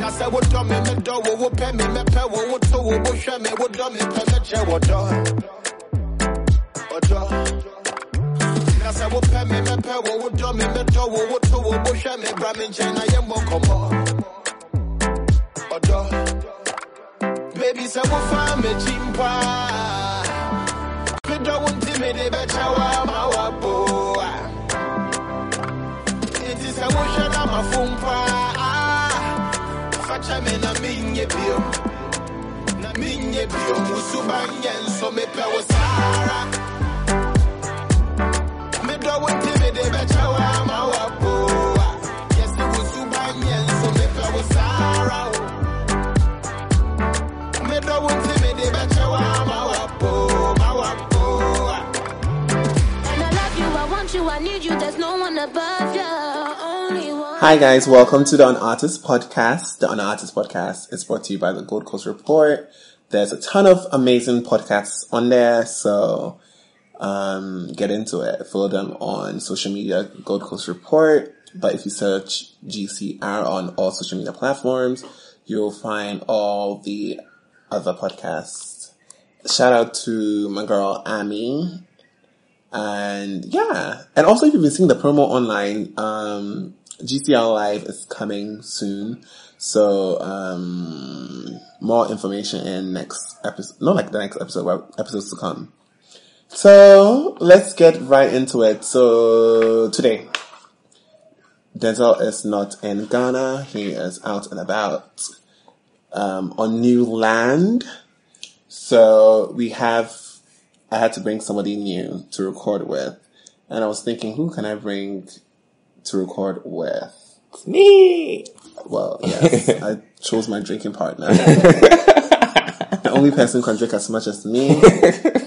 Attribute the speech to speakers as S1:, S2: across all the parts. S1: na sɛ wodɔ me medɔ wo wopɛ me mɛpɛ wo woto wo wohwɛ me wodɔ me pɛ mɛkyɛ wɔdɔ ɔdɔ na sɛ wopɛ me mɛpɛ wo wodɔ me medɔ wo woto wo wohwɛ me bra me nkyɛn na yɛmmɔ nkɔmmɔ ɔdɔ Baby, sɛ wofa m'akyi mpa a, medɔ wo nti mede bɛkyɛ wo ama woabo a Enti sɛ wohwɛ na mafo mpa a, fakyɛ me na menyɛ bio na menyɛ bio wo suban yɛ nso mepɛ wo saa ara medɔ wo nti mede bɛkyɛ wo ama woabo a yɛse wo suban yɛ nso mepɛ wo saa ara o Medɔ wo nti mede bɛkyɛ wo ama woabo ma woabo a
S2: And I love you, I want you, I need you, there's no one above you, only one.
S3: Hi guys, welcome to the On Artist Podcast. The On Artist Podcast is brought to you by the Gold Coast Report. There's a ton of amazing podcasts on there, so um, get into it. Follow them on social media, Gold Coast Report. But if you search GCR on all social media platforms, you'll find all the other podcasts. Shout out to my girl Amy and yeah. And also if you've been seeing the promo online, um GCL Live is coming soon. So um more information in next episode not like the next episode, but episodes to come. So let's get right into it. So today Denzel is not in Ghana. He is out and about um, on new land. So we have, I had to bring somebody new to record with. And I was thinking, who can I bring to record with?
S4: Me.
S3: Well, yes, I chose my drinking partner. the only person who can drink as much as me,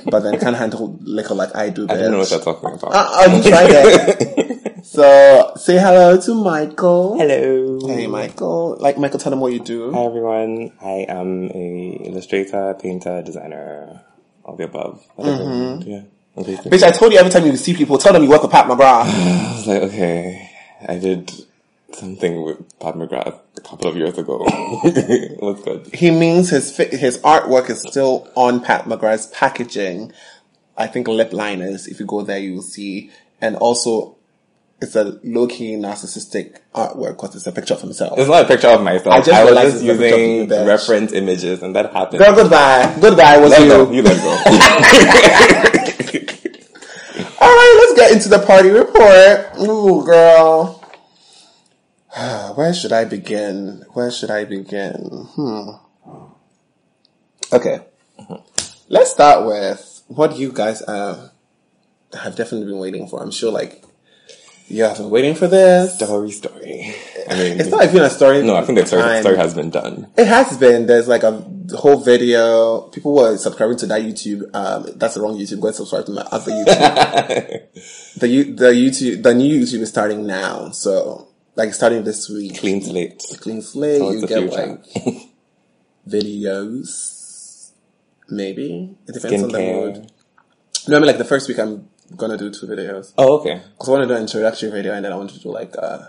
S3: but then can't handle liquor like I do.
S4: I don't know what
S3: bitch.
S4: you're talking about.
S3: Uh, uh, you tried it. so say hello to Michael.
S4: Hello.
S3: Hey, Michael. Like, Michael, tell them what you do.
S4: Hi everyone. I am a illustrator, painter, designer, all the above. Whatever.
S3: Mm-hmm.
S4: Yeah. Okay.
S3: Bitch, I told you every time you see people, tell them you work with Pat McGrath.
S4: I was like, okay, I did something with Pat McGrath a couple of years ago. What's good?
S3: He means his fi- his artwork is still on Pat McGrath's packaging. I think lip liners. If you go there, you will see. And also, it's a low key narcissistic artwork because it's a picture of himself.
S4: It's not a picture of myself.
S3: I just
S4: I was
S3: realized
S4: just
S3: it's a picture of you,
S4: using
S3: bitch.
S4: reference images, and that happened.
S3: Girl, goodbye. Goodbye was
S4: let
S3: you.
S4: it go. You let it go.
S3: All right, let's get into the party report. Ooh, girl. Where should I begin? Where should I begin? Hmm. Okay. Let's start with what you guys uh, have definitely been waiting for. I'm sure, like, you have been waiting for this.
S4: story, story. I mean,
S3: It's not even a story.
S4: no, I think the story,
S3: time.
S4: story has been done.
S3: It has been. There's like a whole video. People were subscribing to that YouTube. Um, that's the wrong YouTube. Go and subscribe to my other YouTube. the you the YouTube the new YouTube is starting now. So like starting this week,
S4: Clean slate.
S3: clean slate. you
S4: Towards the
S3: get
S4: future.
S3: like videos, maybe it depends on the mood.
S4: Skincare.
S3: No, I mean like the first week I'm gonna do two videos.
S4: Oh, okay.
S3: Because I want to do an introductory video and then I want to do like uh,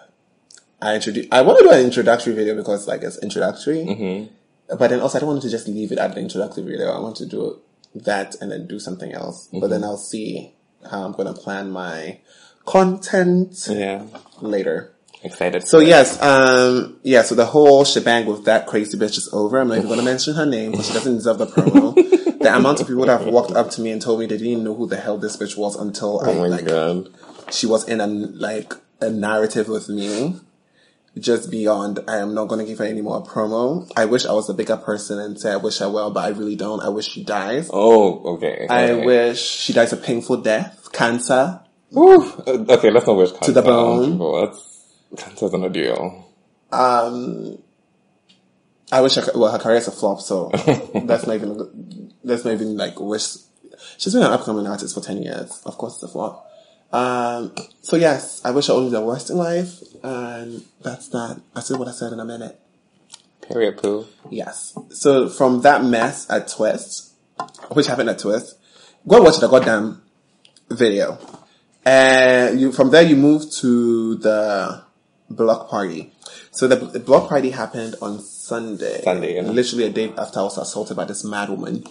S3: I introduce. I want to do an introductory video because like it's introductory.
S4: Mm-hmm.
S3: But then also I don't want to just leave it at the introductory video. I want to do that and then do something else. But
S4: Mm-hmm.
S3: then I'll see how I'm going to plan my content
S4: Yeah.
S3: later.
S4: Excited.
S3: So
S4: for it.
S3: yes, um, yeah. So the whole shebang with that crazy bitch is over. I'm not even going to mention her name because she doesn't deserve the promo. the amount of people that have walked up to me and told me they didn't know who the hell this bitch was until I
S4: Oh my
S3: like
S4: god.
S3: she was in a like a narrative with me just beyond i am not going to give her any more promo i wish i was a bigger person and say i wish i well but i really don't i wish she dies
S4: Oh, okay.
S3: i
S4: okay.
S3: wish she dies a painful death cancer
S4: Woo. Uh, Okay, let's not wish cancer
S3: the
S4: on
S3: bone.
S4: people. That's cancer's on a deal.
S3: i wish her, ca- well her career's a flop so that's not even that's not even like wish she's been an upcoming artist for 10 years of course it's a flop um so yes i wish her only the worst in life and that's that i said what i said in a minute
S4: Period. Poo.
S3: Yes. So from that mess at Twist, which happened at Twist, go watch the goddamn video. And you from there you move to the block party. So the, the block party happened on Sunday.
S4: Sunday, yeah.
S3: Literally a day after I was assaulted by this mad woman.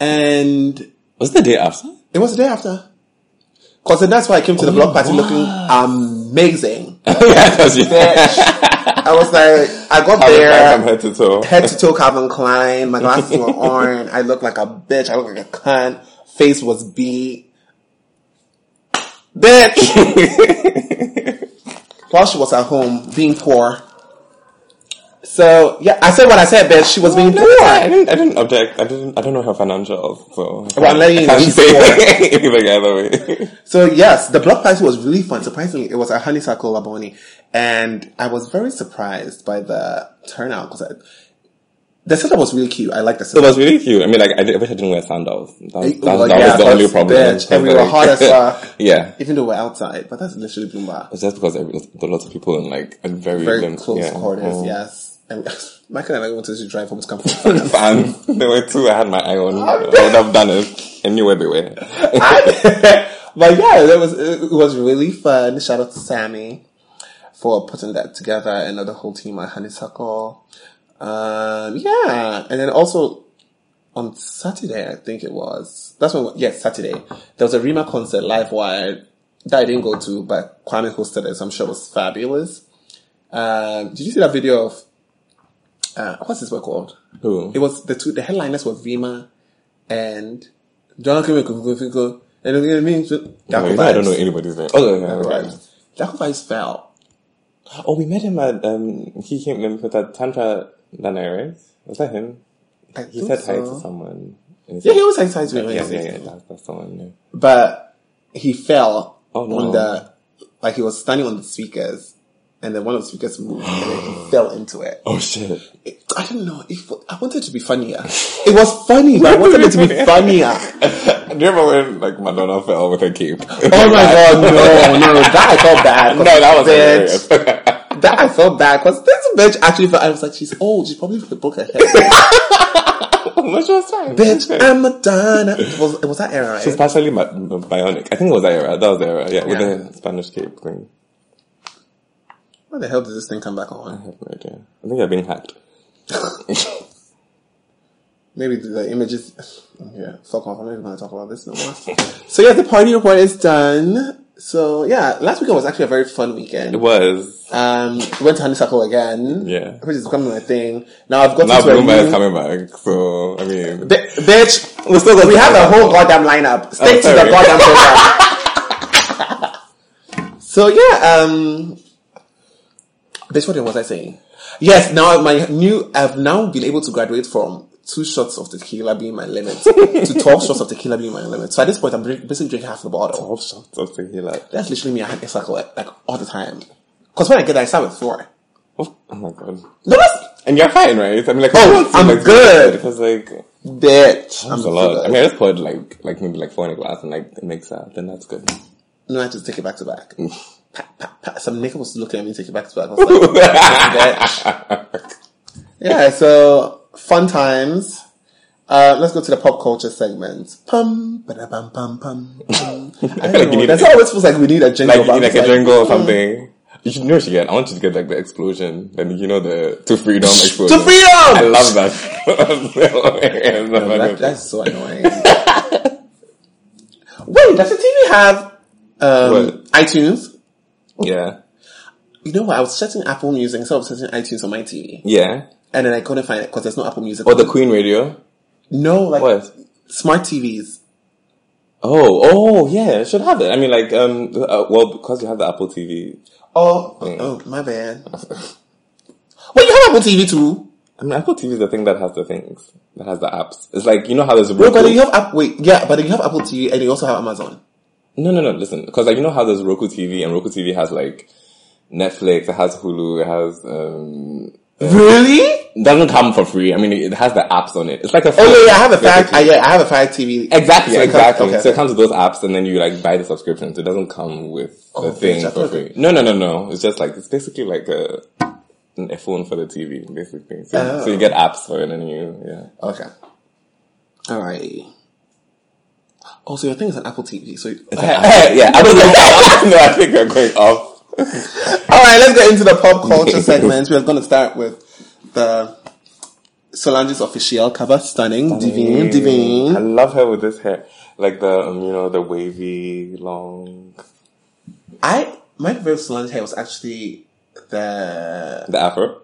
S3: And
S4: Was it the day after?
S3: it was the day after. Cause then that's why I came to
S4: Oh,
S3: the block party looking amazing.
S4: yeah, that's you.
S3: I was like, I got
S4: I was
S3: there.
S4: like from head to toe.
S3: head to toe Calvin Klein. My glasses were on. I looked like a bitch. I looked like a cunt. Face was beat. Bitch! While she was at home, being poor. So, yeah, I said what I said, bitch. She was being
S4: Oh, No, it's fine. I
S3: poor.
S4: didn't. I didn't object. I didn't. I don't know her financials, so
S3: Well, I'm letting you know
S4: I can't
S3: she's
S4: say
S3: poor.
S4: anything either way.
S3: So, yes, the block party was really fun. Surprisingly, it was at Honeysuckle Laboni. And I was very surprised by the turnout because the setup was really cute. I liked the
S4: It
S3: setup.
S4: was really cute. I mean, like I, did, I wish I didn't wear sandals. That was, that,
S3: Well,
S4: that
S3: yeah,
S4: was the
S3: but
S4: only problem.
S3: bitch,
S4: Because,
S3: and we were
S4: like,
S3: hot as fuck.
S4: yeah, it
S3: even though we're outside, but that's literally Bloomba.
S4: was just because there was there were lots of people in like a very
S3: very
S4: lim-
S3: close
S4: yeah.
S3: quarters,
S4: Mm.
S3: yes. And Michael and I went to drive home to come from
S4: And there were two I had my eye on. I would have done it anywhere they were.
S3: But yeah, that was it was really fun. Shout out to Sammy for putting that together and the whole team at Honeysuckle. Um, yeah, and then also on Saturday, I think it was. That's when, yes, Saturday. There was a Rima concert live wire that I didn't go to, but Kwame hosted it, so I'm sure it was fabulous. Um, did you see that video of, uh, what's this boy called?
S4: Who?
S3: It was the two, the headliners were Rima and John Kimiko, and you know what I mean? So-
S4: No,
S3: Jaco
S4: you know, I don't know
S3: Vibes.
S4: anybody's name. Oh, yeah, yeah,
S3: Jaco
S4: okay.
S3: Vibes. Jaco Vibes fell.
S4: oh, we met him at um. He came in with that tantra that night, right? Was that him?
S3: I
S4: He
S3: think
S4: said hi
S3: so.
S4: to someone. And
S3: Yeah,
S4: said-
S3: he was excited to me.
S4: yeah, yeah, yeah. That's, that's the one. Yeah.
S3: but he fell
S4: Oh, no.
S3: on the like he was standing on the speakers and then one of the speakers moved and then he fell into it.
S4: Oh shit!
S3: It- I don't know if I wanted it to be funnier. It was funny, but I wanted it to be funnier.
S4: Do you remember when like Madonna fell with her cape?
S3: Oh my god, no, no, that I felt bad.
S4: no, that was hilarious.
S3: bitch, That I felt bad because this bitch actually felt. I was like, she's old. She probably broke her head.
S4: Much was time.
S3: bitch, I'm Madonna. It was, it was that era, right?
S4: She's partially bi- bionic. I think it was that era. That was the era. Yeah, with
S3: Yeah.
S4: the Spanish cape thing.
S3: Why the hell did this thing come back on?
S4: I have no idea. I think I've been hacked.
S3: maybe the- the images. Yeah, fuck off. I'm not even going to talk about this no more. so yeah, the party report is done. So yeah, last weekend was actually a very fun
S4: It
S3: weekend.
S4: was.
S3: Um, we went to Honeysuckle again.
S4: Yeah.
S3: which is becoming a thing. Now I've got
S4: Now
S3: to a
S4: Bloomberg is
S3: new,
S4: coming back, so I mean,
S3: Bi- bitch. We still
S4: got
S3: we
S4: to
S3: have
S4: talk
S3: a
S4: about
S3: whole goddamn lineup. Stick to the
S4: sorry.
S3: goddamn program. so yeah, um, bitch. What was I saying? Yes, now my new. I've now been able to graduate from two shots of tequila being my limit to twelve shots of tequila being my limit. So at this point, I'm drink, basically drinking half the bottle.
S4: all shots of tequila.
S3: That's literally me. I had a like all the time. Because when I get there, I start with four.
S4: Oh, oh my god!
S3: No, that's
S4: And you're fine, right? I mean, like,
S3: Oh,
S4: I don't see,
S3: I'm
S4: like,
S3: good.
S4: Because like,
S3: bitch.
S4: that's a lot. I mean, I just poured like, like maybe like four in a glass and like mix up. Then that's good.
S3: No, I just take it back to back.
S4: Mm.
S3: Pa- pa- pa- Some nigga was looking at me, take it back to back. I was like, bitch. Yeah, so fun times. Uh, let's go to the pop culture segment. Pum, ba-da-bum, pum, pum, pum. I don't
S4: Like you
S3: know.
S4: need-
S3: That's always feels like hmm. we need a jingle.
S4: like
S3: but I'm
S4: like
S3: just
S4: a jingle or something. You should know what you get. I want you to get like the explosion, and you know the to freedom explosion.
S3: To freedom!
S4: I love that.
S3: That, that's so annoying. Wait, does the TV have um,
S4: What?
S3: iTunes?
S4: yeah,
S3: You know what? I was searching Apple Music instead of searching iTunes on my TV,
S4: yeah.
S3: and then I couldn't find it because there's no Apple Music.
S4: Or Oh, the Queen radio.
S3: no, like
S4: What?
S3: smart TVs.
S4: Oh, oh, yeah. It should have it. I mean, like, um, uh, well, because you have the Apple TV.
S3: Oh, oh, my bad. Wait, you have Apple TV too?
S4: I mean, Apple TV is the thing that has the things that has the apps. It's like you know how there's
S3: No, but
S4: Roku.
S3: then you have Apple. Wait, yeah, but then you have Apple TV, and you also have Amazon.
S4: no, no, no. Listen, because like you know how there's Roku TV, and Roku TV has like Netflix. It has Hulu. It has um,
S3: Really?
S4: It doesn't come for free. I mean, it has the apps on it. It's like a
S3: Oh yeah, yeah, I have a
S4: fact.
S3: fact. Uh, yeah, I have a fact TV.
S4: Exactly,
S3: So it comes-
S4: exactly.
S3: okay.
S4: So it comes with those apps, and then you like buy the subscription. So it doesn't come with the
S3: Oh,
S4: thing
S3: bitch, I
S4: for
S3: thought
S4: free.
S3: it-
S4: No, no, no, no. It's just like it's basically like a, an- a phone for the TV, basically. So,
S3: Oh.
S4: so you get apps for it, and you yeah.
S3: Okay. All right. Oh, so your thing is an Apple TV. So
S4: yeah, I was like, no, I think we're going off.
S3: All right, let's get into the pop culture segment. We're going to start with the Solange's official cover, stunning, divine,
S4: I
S3: divine.
S4: love her with this hair, like the um, you know the wavy long
S3: I my favorite Solange hair was actually the
S4: the afro.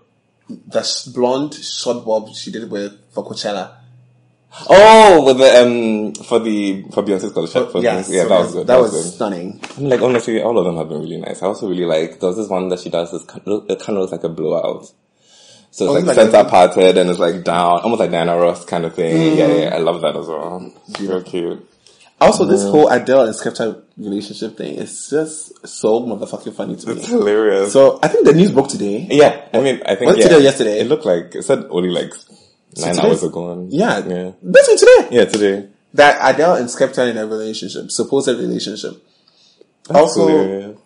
S3: the s- blonde short bob she did with for Coachella.
S4: Oh, with the um for the for Beyonce's concert. For
S3: Yes,
S4: Beyonce. yeah, that was good.
S3: That was
S4: good.
S3: stunning.
S4: And, like honestly, all of them have been really nice. I also really like there was this one that she does. This kind of, it kind of looks like a blowout. So
S3: Oh,
S4: it's
S3: like
S4: like
S3: a-
S4: center parted and it's like down, almost like Diana Ross kind of
S3: Mm.
S4: thing. Yeah, yeah, I love that as well. So cute.
S3: Also, this whole Adele and Skepta relationship thing is just so motherfucking funny to
S4: It's
S3: me.
S4: hilarious.
S3: So I think the news broke today.
S4: yeah, I mean, I think
S3: Was it
S4: yeah,
S3: today or yesterday?
S4: It looked like it said only like nine
S3: today-
S4: hours ago. And,
S3: Yeah,
S4: yeah,
S3: that's it today.
S4: yeah, today.
S3: That Adele and Skepta are in a relationship, supposed relationship.
S4: That's
S3: Also-
S4: hilarious.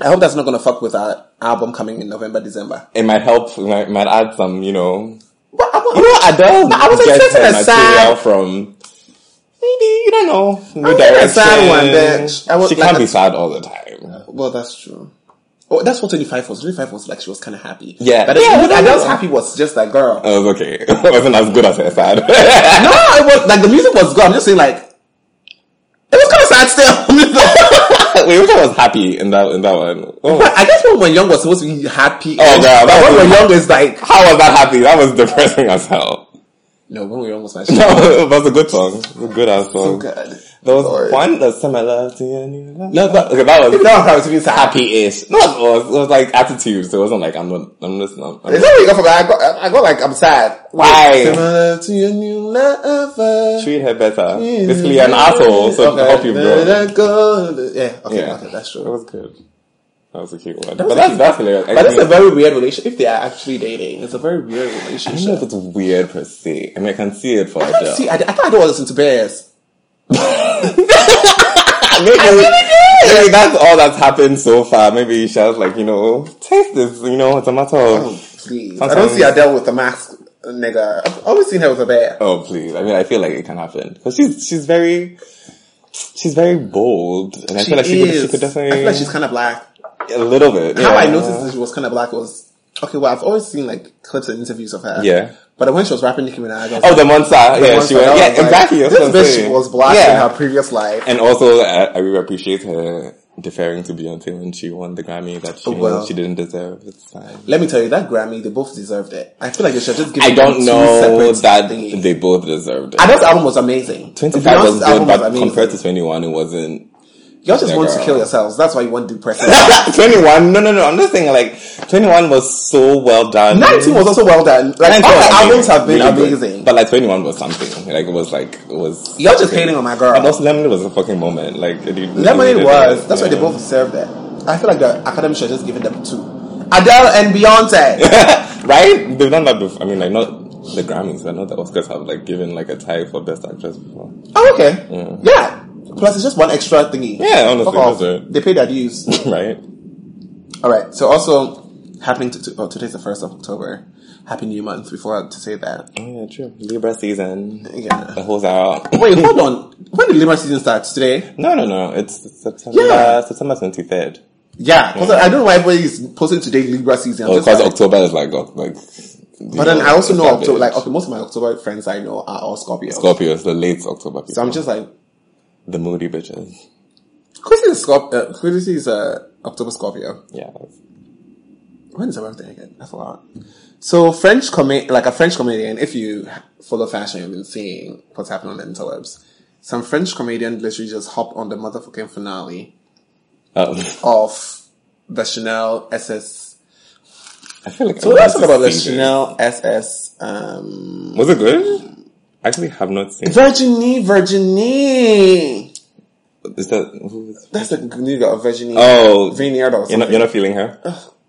S3: I hope that's not gonna fuck with our album coming in November, December.
S4: it might help. It might, might add some, you know,
S3: But I,
S4: You know, Adele
S3: But I was
S4: gets her
S3: expecting a
S4: material
S3: sad-
S4: from maybe you don't know new
S3: was expecting a
S4: direction.
S3: sad one, bitch. I was
S4: she
S3: like
S4: can't
S3: a-
S4: be sad all the time.
S3: well, that's true. Oh, that's what 25 was. 25 was like she was kind of happy.
S4: Yeah.
S3: But the-
S4: Yeah,
S3: what
S4: yeah,
S3: Adele's
S4: yeah.
S3: happy was just that girl.
S4: It was okay. It wasn't as good as her sad.
S3: no, it was like the music was good. I'm just saying like it was kind of sad still.
S4: Wait, which one was happy in that in that one? Oh,
S3: But I guess when we're young was supposed to be happy.
S4: Oh, God, that
S3: But when
S4: was-
S3: we're young is like
S4: how was that happy? That was depressing as hell.
S3: no. When we're young was my
S4: No, it was a good song. It was a good ass song.
S3: good.
S4: There was
S3: Sorry.
S4: one that's similar to your new love.
S3: No, but
S4: okay, that was
S3: even though I was being sad.
S4: happy-ish. No, it was, it was like attitude. So it wasn't like I'm not. I'm just not. I'm
S3: Is that
S4: not-
S3: where you go from? I got, I got like I'm sad.
S4: Why?
S3: Similar to your new lover.
S4: treat her better.
S3: Mm.
S4: Basically, an asshole. So
S3: Okay.
S4: I hope you've grown.
S3: Let it go. Yeah, okay,
S4: Yeah,
S3: okay, that's
S4: That
S3: true.
S4: was good. That was a cute one.
S3: was a
S4: but that's,
S3: cute-
S4: that's hilarious.
S3: But that's a very weird relationship. If they are actually dating, it's a very weird
S4: I don't know if
S3: relationship.
S4: it's weird per se. I mean, I can see it for
S3: I can't
S4: Adele.
S3: see. I, I thought I don't listen to bears.
S4: maybe, maybe that's all that's happened so far. Maybe she has like you know, taste this. You know, it's a matter
S3: Oh,
S4: of.
S3: please. I don't
S4: Sometimes-
S3: see Adele with a mask, nigga. I've always seen her with a bear.
S4: Oh please! I mean, I feel like it can happen because she's she's very she's very bold, and I feel like she could, she could
S3: I
S4: definitely
S3: feel like she's kind of black.
S4: a little bit.
S3: How I
S4: yeah.
S3: noticed that she was kind of black was okay. Well, I've always seen like clips and interviews of her.
S4: Yeah.
S3: But when she was rapping Nicki Minaj, I was
S4: Oh,
S3: like,
S4: the Monsa.
S3: the
S4: Yeah,
S3: ones that I
S4: she went. Yeah,
S3: was like, oh
S4: exactly. that's what I'm
S3: This bitch
S4: saying.
S3: was black
S4: Yeah.
S3: in her previous life.
S4: And also, I, I really appreciate her deferring to Beyonce when she won the Grammy that she
S3: Well.
S4: she didn't deserve. It's fine.
S3: Let me tell you, that Grammy, they both deserved it. I feel like they should just give.
S4: I don't know that
S3: Thingy.
S4: they both deserved it.
S3: Adele's album was amazing.
S4: Twenty five
S3: Beyonce's
S4: was good, but compared to twenty one, it wasn't.
S3: y'all just want to
S4: Girl.
S3: kill yourselves. That's why you want depressing.
S4: twenty one? No, no, no. I'm just saying, like twenty one was so well done.
S3: Nineteen was also well done. Like
S4: 19
S3: all
S4: was
S3: the albums
S4: amazing,
S3: have been
S4: really good.
S3: amazing.
S4: but like twenty one was something. Like it was like it was.
S3: Y'all just
S4: okay.
S3: hating on my girl.
S4: But also, Lemonade was a fucking moment. Like it, it,
S3: Lemonade
S4: it-
S3: was. That's why
S4: yeah.
S3: they both deserved it. I feel like the Academy should just give it them two. Adele and Beyonce.
S4: right? They've done that before. I mean, like not the Grammys. I know the Oscars have like given like a tie for Best Actress before.
S3: Oh, okay. Yeah. Plus, it's just one extra thingy.
S4: Yeah, honestly,
S3: Fuck off.
S4: that's it.
S3: They pay their dues.
S4: right?
S3: All right. So also happening to, to oh, today's the first of October. Happy New Month. Before I to say that.
S4: Oh yeah, true. Libra season.
S3: Yeah.
S4: The hoes are out.
S3: Wait, hold on. When did Libra season start? Today?
S4: No, no, no. It's September
S3: Yeah.
S4: September twenty third.
S3: Yeah. 'cause I don't know why everybody's posting today Libra season. I'm
S4: Oh,
S3: just
S4: because
S3: like-
S4: October is like oh, like.
S3: but then I also know October. Like okay, most of my October friends I know are all Scorpios.
S4: Scorpios, the late October people.
S3: so I'm just like,
S4: the moody bitches.
S3: Chrissy is Scorp. Uh, Chrissy is uh, October Scorpio.
S4: Yeah. that's-
S3: When is her birthday again? I forgot. So French comi- like a French comedian, if you follow fashion, you've been seeing what's happening on the interwebs. Some French comedian literally just hopped on the motherfucking finale
S4: Oh,
S3: of the Chanel SS.
S4: I feel like. I
S3: So
S4: want
S3: let's
S4: to
S3: talk about the
S4: see this.
S3: Chanel SS. Um,
S4: Was it good? I actually have not seen.
S3: Virginie, Virginie.
S4: Is that who is?
S3: That's the new girl, Virginie.
S4: Oh,
S3: Vineyard or
S4: you're not,
S3: something.
S4: you're not feeling her.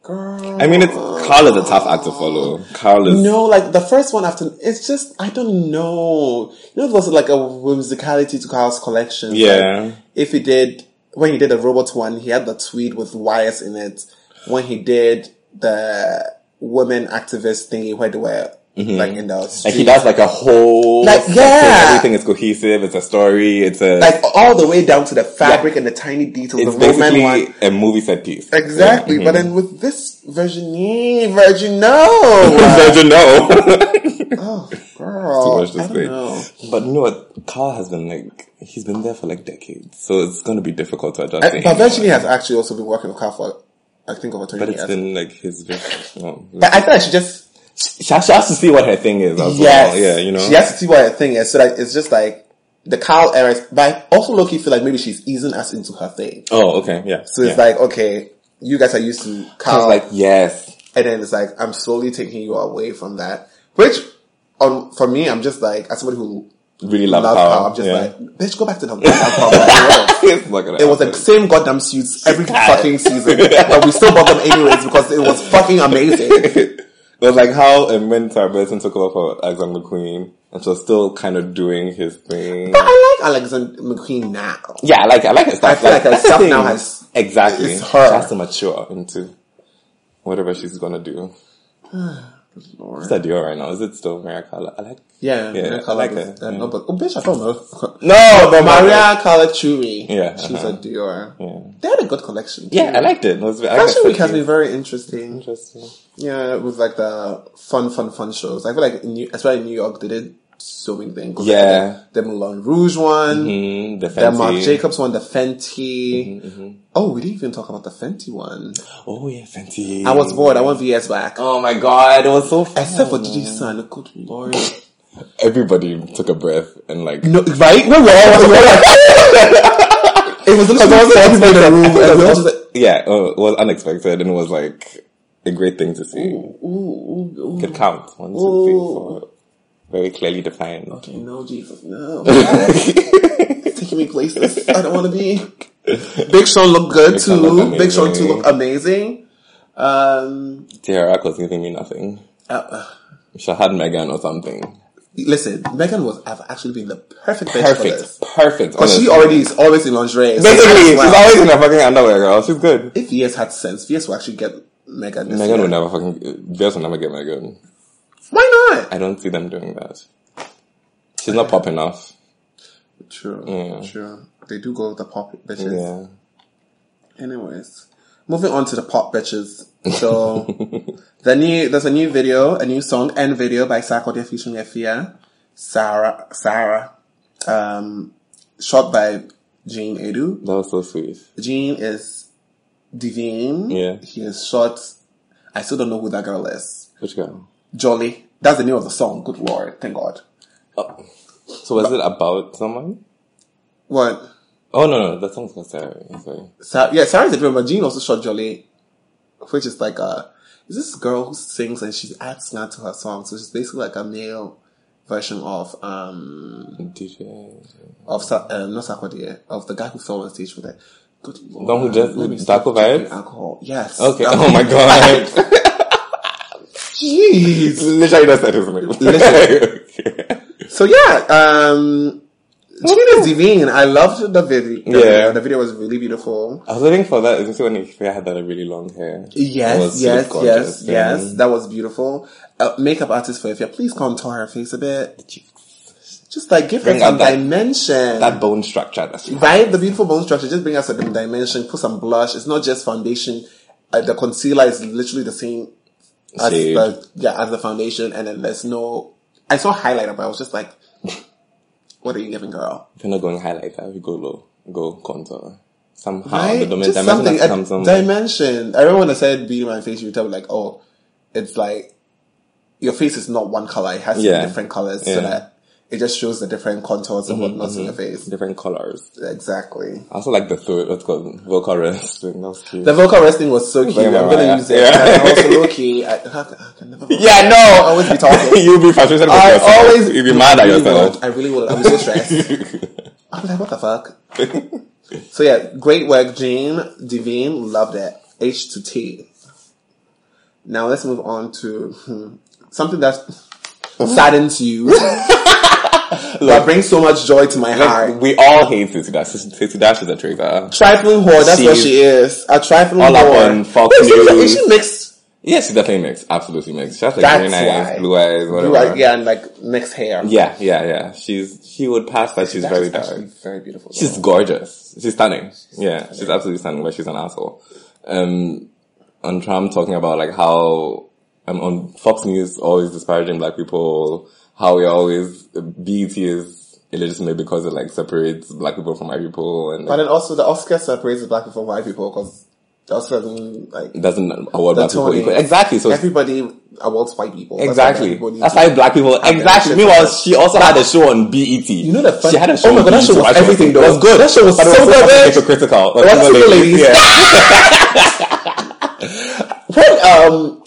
S3: Girl.
S4: I mean, it's Carl is a tough act to follow. Carl is
S3: Um, No, like the first one after, it's just, I don't know. You know, there was like a whimsicality to Kyle's collection. Like,
S4: Yeah.
S3: if he did, when he did the robot one, he had the tweed with wires in it. When he did the women activist thingy where they were like in the street.
S4: Mm-hmm. Like he does like a whole
S3: Like,
S4: section.
S3: yeah.
S4: everything is cohesive. It's a story. It's a
S3: like all the way down to the fabric and the tiny details
S4: it's
S3: of Roman
S4: basically Mm-hmm.
S3: one.
S4: a movie set piece.
S3: Exactly, but then with this Virginie, Virgin, no,
S4: Don't you know?
S3: oh
S4: Too
S3: girl,
S4: much to
S3: I don't
S4: say.
S3: know.
S4: But you know what? Carl has been like he's been there for like decades, so it's going to be difficult to adjust.
S3: I,
S4: to
S3: but
S4: him.
S3: Virginie has actually also been working with Car for, I think, over
S4: But
S3: twenty
S4: it's
S3: years.
S4: been like his vision. No,
S3: But I thought she just
S4: she, has, she has to see what her thing is as well. Yeah, you know.
S3: She has to see what her thing is. So like, it's just like the Kyle era. is- But I also look, you feel like maybe she's easing us into her thing.
S4: oh, okay, yeah.
S3: So it's like, okay, you guys are used to Kyle,
S4: like yes,
S3: and then it's like I'm slowly taking you away from that. Which, on for me, I'm just like as somebody who
S4: really love
S3: loves
S4: Carl.
S3: Kyle, I'm just
S4: yeah.
S3: like, bitch, go back to the goddamn Kyle.
S4: it's not gonna
S3: It was the
S4: happen.
S3: same goddamn suits every fucking season, but we still bought them anyways because it was fucking amazing.
S4: It was like how um, when Sarah Burton took over for Alexander McQueen, and she was still kind of doing his thing.
S3: But I like Alexander McQueen now.
S4: Yeah, I like I like her stuff.
S3: I feel like her
S4: that's the
S3: stuff
S4: thing.
S3: now has-
S4: exactly.
S3: it's her.
S4: She has to mature into whatever she's gonna do. What's that deal right now? Is it still Maria Carla? I like.
S3: Yeah,
S4: Yeah,
S3: Maria
S4: I like
S3: Callas,
S4: her,
S3: uh,
S4: yeah.
S3: no, but, oh, bitch, I don't know.
S4: No, but
S3: Maria Calachuri.
S4: Yeah,
S3: She's
S4: uh-huh.
S3: a Dior. They had a good collection.
S4: Yeah, I liked it. it was, I
S3: Fashion Week has
S4: got
S3: been
S4: confused.
S3: very interesting.
S4: interesting.
S3: Yeah, with like the fun, fun, fun shows. I feel like, in New, especially in New York, they did so many things. Like
S4: Yeah.
S3: the, the Moulin Rouge one,
S4: Mm, the
S3: the Marc
S4: fancy.
S3: Jacobs one, the Fenty.
S4: Mm-hmm,
S3: Oh, we didn't even talk about the Fenty one.
S4: Oh yeah, fancy.
S3: I was bored. I want VS back.
S4: Mm. Oh my god, it was so. Fun.
S3: Except for Gigi's son. Good lord.
S4: Everybody took a breath and like.
S3: No, right? We're all, we're all like, it was literally everybody in the room, and we all just like,
S4: Yeah, uh, it was unexpected and it was like a great thing to see.
S3: ooh, ooh, ooh.
S4: Could count one, two, three, four. Very clearly defined.
S3: Okay, no, Jesus, no. It's taking me places I don't want to be. Big Sean looked good
S4: Big Sean
S3: too.
S4: looked
S3: Big Sean too
S4: amazing.
S3: looked amazing. Um,
S4: Tiara was giving me nothing.
S3: uh, uh,
S4: She had Megan or something.
S3: listen, Megan was have actually been the perfect bitch for
S4: Perfect,
S3: this.
S4: perfect.
S3: But she
S4: honestly.
S3: already is always in lingerie. so
S4: basically,
S3: that's why-
S4: she's always in her fucking underwear, girl. She's good.
S3: if VS had sense, VS will actually get Megan. This
S4: Megan
S3: year.
S4: would never fucking. Bears will never get Megan.
S3: Why not?
S4: I don't see them doing that. She's not pop enough.
S3: True, true. They do go with the pop bitches.
S4: Yeah.
S3: Anyways, moving on to the pop bitches. So the new there's a new video, a new song and video by Sarkodia featuring Efia, Sarah, Sarah, um, shot by Jean Edu.
S4: That was so sweet.
S3: Jean is divine.
S4: Yeah.
S3: he is short. I still don't know who that girl is.
S4: Which girl?
S3: Jolly. That's the name of the song. Good lord, thank God.
S4: Oh. So was it about someone?
S3: What?
S4: Oh no, no, that song's called Sarah. I'm Sorry.
S3: Sa- yeah, Sarah's a dreamer. Jean also shot Jolie, which is like a is this girl who sings and she adds now to her songs, which is basically like a male version of um
S4: DJ.
S3: of Sa- um, not Sarkodie of the guy who fell on stage with it. Good lord.
S4: one who just-
S3: Let me
S4: who-
S3: stop
S4: Darko
S3: drinking
S4: Vibes?
S3: Alcohol. Yes.
S4: Okay.
S3: Um,
S4: Oh my god.
S3: Jeez.
S4: Literally, that's that is me.
S3: So yeah, um Jean is divine. I loved the video. The
S4: Yeah.
S3: video. The video was really beautiful.
S4: I was waiting for that. Is this when Ikea had that really long hair? It
S3: Yes,
S4: was-
S3: yes,
S4: she looked
S3: yes,
S4: gorgeous, yeah.
S3: yes. That was beautiful. Uh, makeup artist for Ifya, please contour her face a bit. Just like give her
S4: Bring out
S3: some
S4: that-
S3: dimension.
S4: That bone structure. That's
S3: right? The beautiful bone structure, just bring out some dimension, put some blush. It's not just foundation. Uh, the concealer is literally the same as
S4: Shade.
S3: the, yeah, as the foundation and then there's no, I saw highlighter, but I was just like, what are you giving girl?
S4: If you're not going highlighter, you go low, go contour. Somehow
S3: Right?
S4: the domain
S3: just
S4: dimension
S3: something,
S4: has
S3: a
S4: come somewhere.
S3: dimension. I remember when I said be my face, you would tell me like, oh, it's like your face is not one color; it has to be
S4: Yeah.
S3: different colors
S4: Yeah.
S3: so that it just shows the different contours and whatnot in your face.
S4: Different colors.
S3: Exactly.
S4: I also like the third. What's called vocal rest. That was cute.
S3: The vocal resting was so cute. I'm
S4: Mariah.
S3: gonna use it.
S4: Yeah.
S3: And I also low key. I, I can never.
S4: yeah, no.
S3: I'll always be talking.
S4: You'll be frustrated with
S3: I
S4: yourself.
S3: always
S4: You'll be mad
S3: I
S4: at
S3: really
S4: yourself.
S3: would. I really would. I'm so stressed. I'm like, what the fuck? so yeah, great work, Jean Devine. Loved it. H to T. Now let's move on to hmm, something that saddens you. that brings so much joy to my heart.
S4: We all hate Sissy Dash. Sissy Dash is a traitor.
S3: Trifling whore, that's what
S4: She's
S3: she is. A trifling
S4: all up
S3: whore.
S4: on Fox
S3: Wait, is she-
S4: News.
S3: Is she mixed?
S4: Yeah, she definitely mixed. Absolutely mixed. She has like
S3: That's
S4: green eyes,
S3: why.
S4: blue eyes, whatever.
S3: Blue eyes, yeah, and like mixed hair.
S4: yeah, yeah, yeah. She's she would pass that she's
S3: That
S4: very
S3: is
S4: dark.
S3: actually very beautiful.
S4: She's
S3: girl.
S4: gorgeous. She's stunning. yeah, she's absolutely stunning, but she's an asshole. Um, on Trump talking about like how um, on Fox News always disparaging black people, how we always BET is illegitimate because it like separates black people from white people and
S3: but
S4: like,
S3: then also the Oscar separates black people from white people because the Oscar doesn't like
S4: doesn't award
S3: the
S4: black people
S3: Tony-
S4: equal. Exactly. So
S3: everybody awards white people. That's why
S4: Exactly.
S3: black people need
S4: That's
S3: to-
S4: why black people.
S3: their
S4: Exactly.
S3: shit
S4: Meanwhile,
S3: together.
S4: she also had a show on BET. You
S3: know the fun-
S4: She had a show.
S3: Oh my
S4: on
S3: God,
S4: E
S3: that
S4: BET,
S3: show was
S4: actually.
S3: everything, though.
S4: It was good.
S3: That show was
S4: But it
S3: so good,
S4: fucking
S3: bitch.
S4: hypocritical. Like,
S3: What's
S4: Timberlake.
S3: the ladies?
S4: Yeah.
S3: When, um,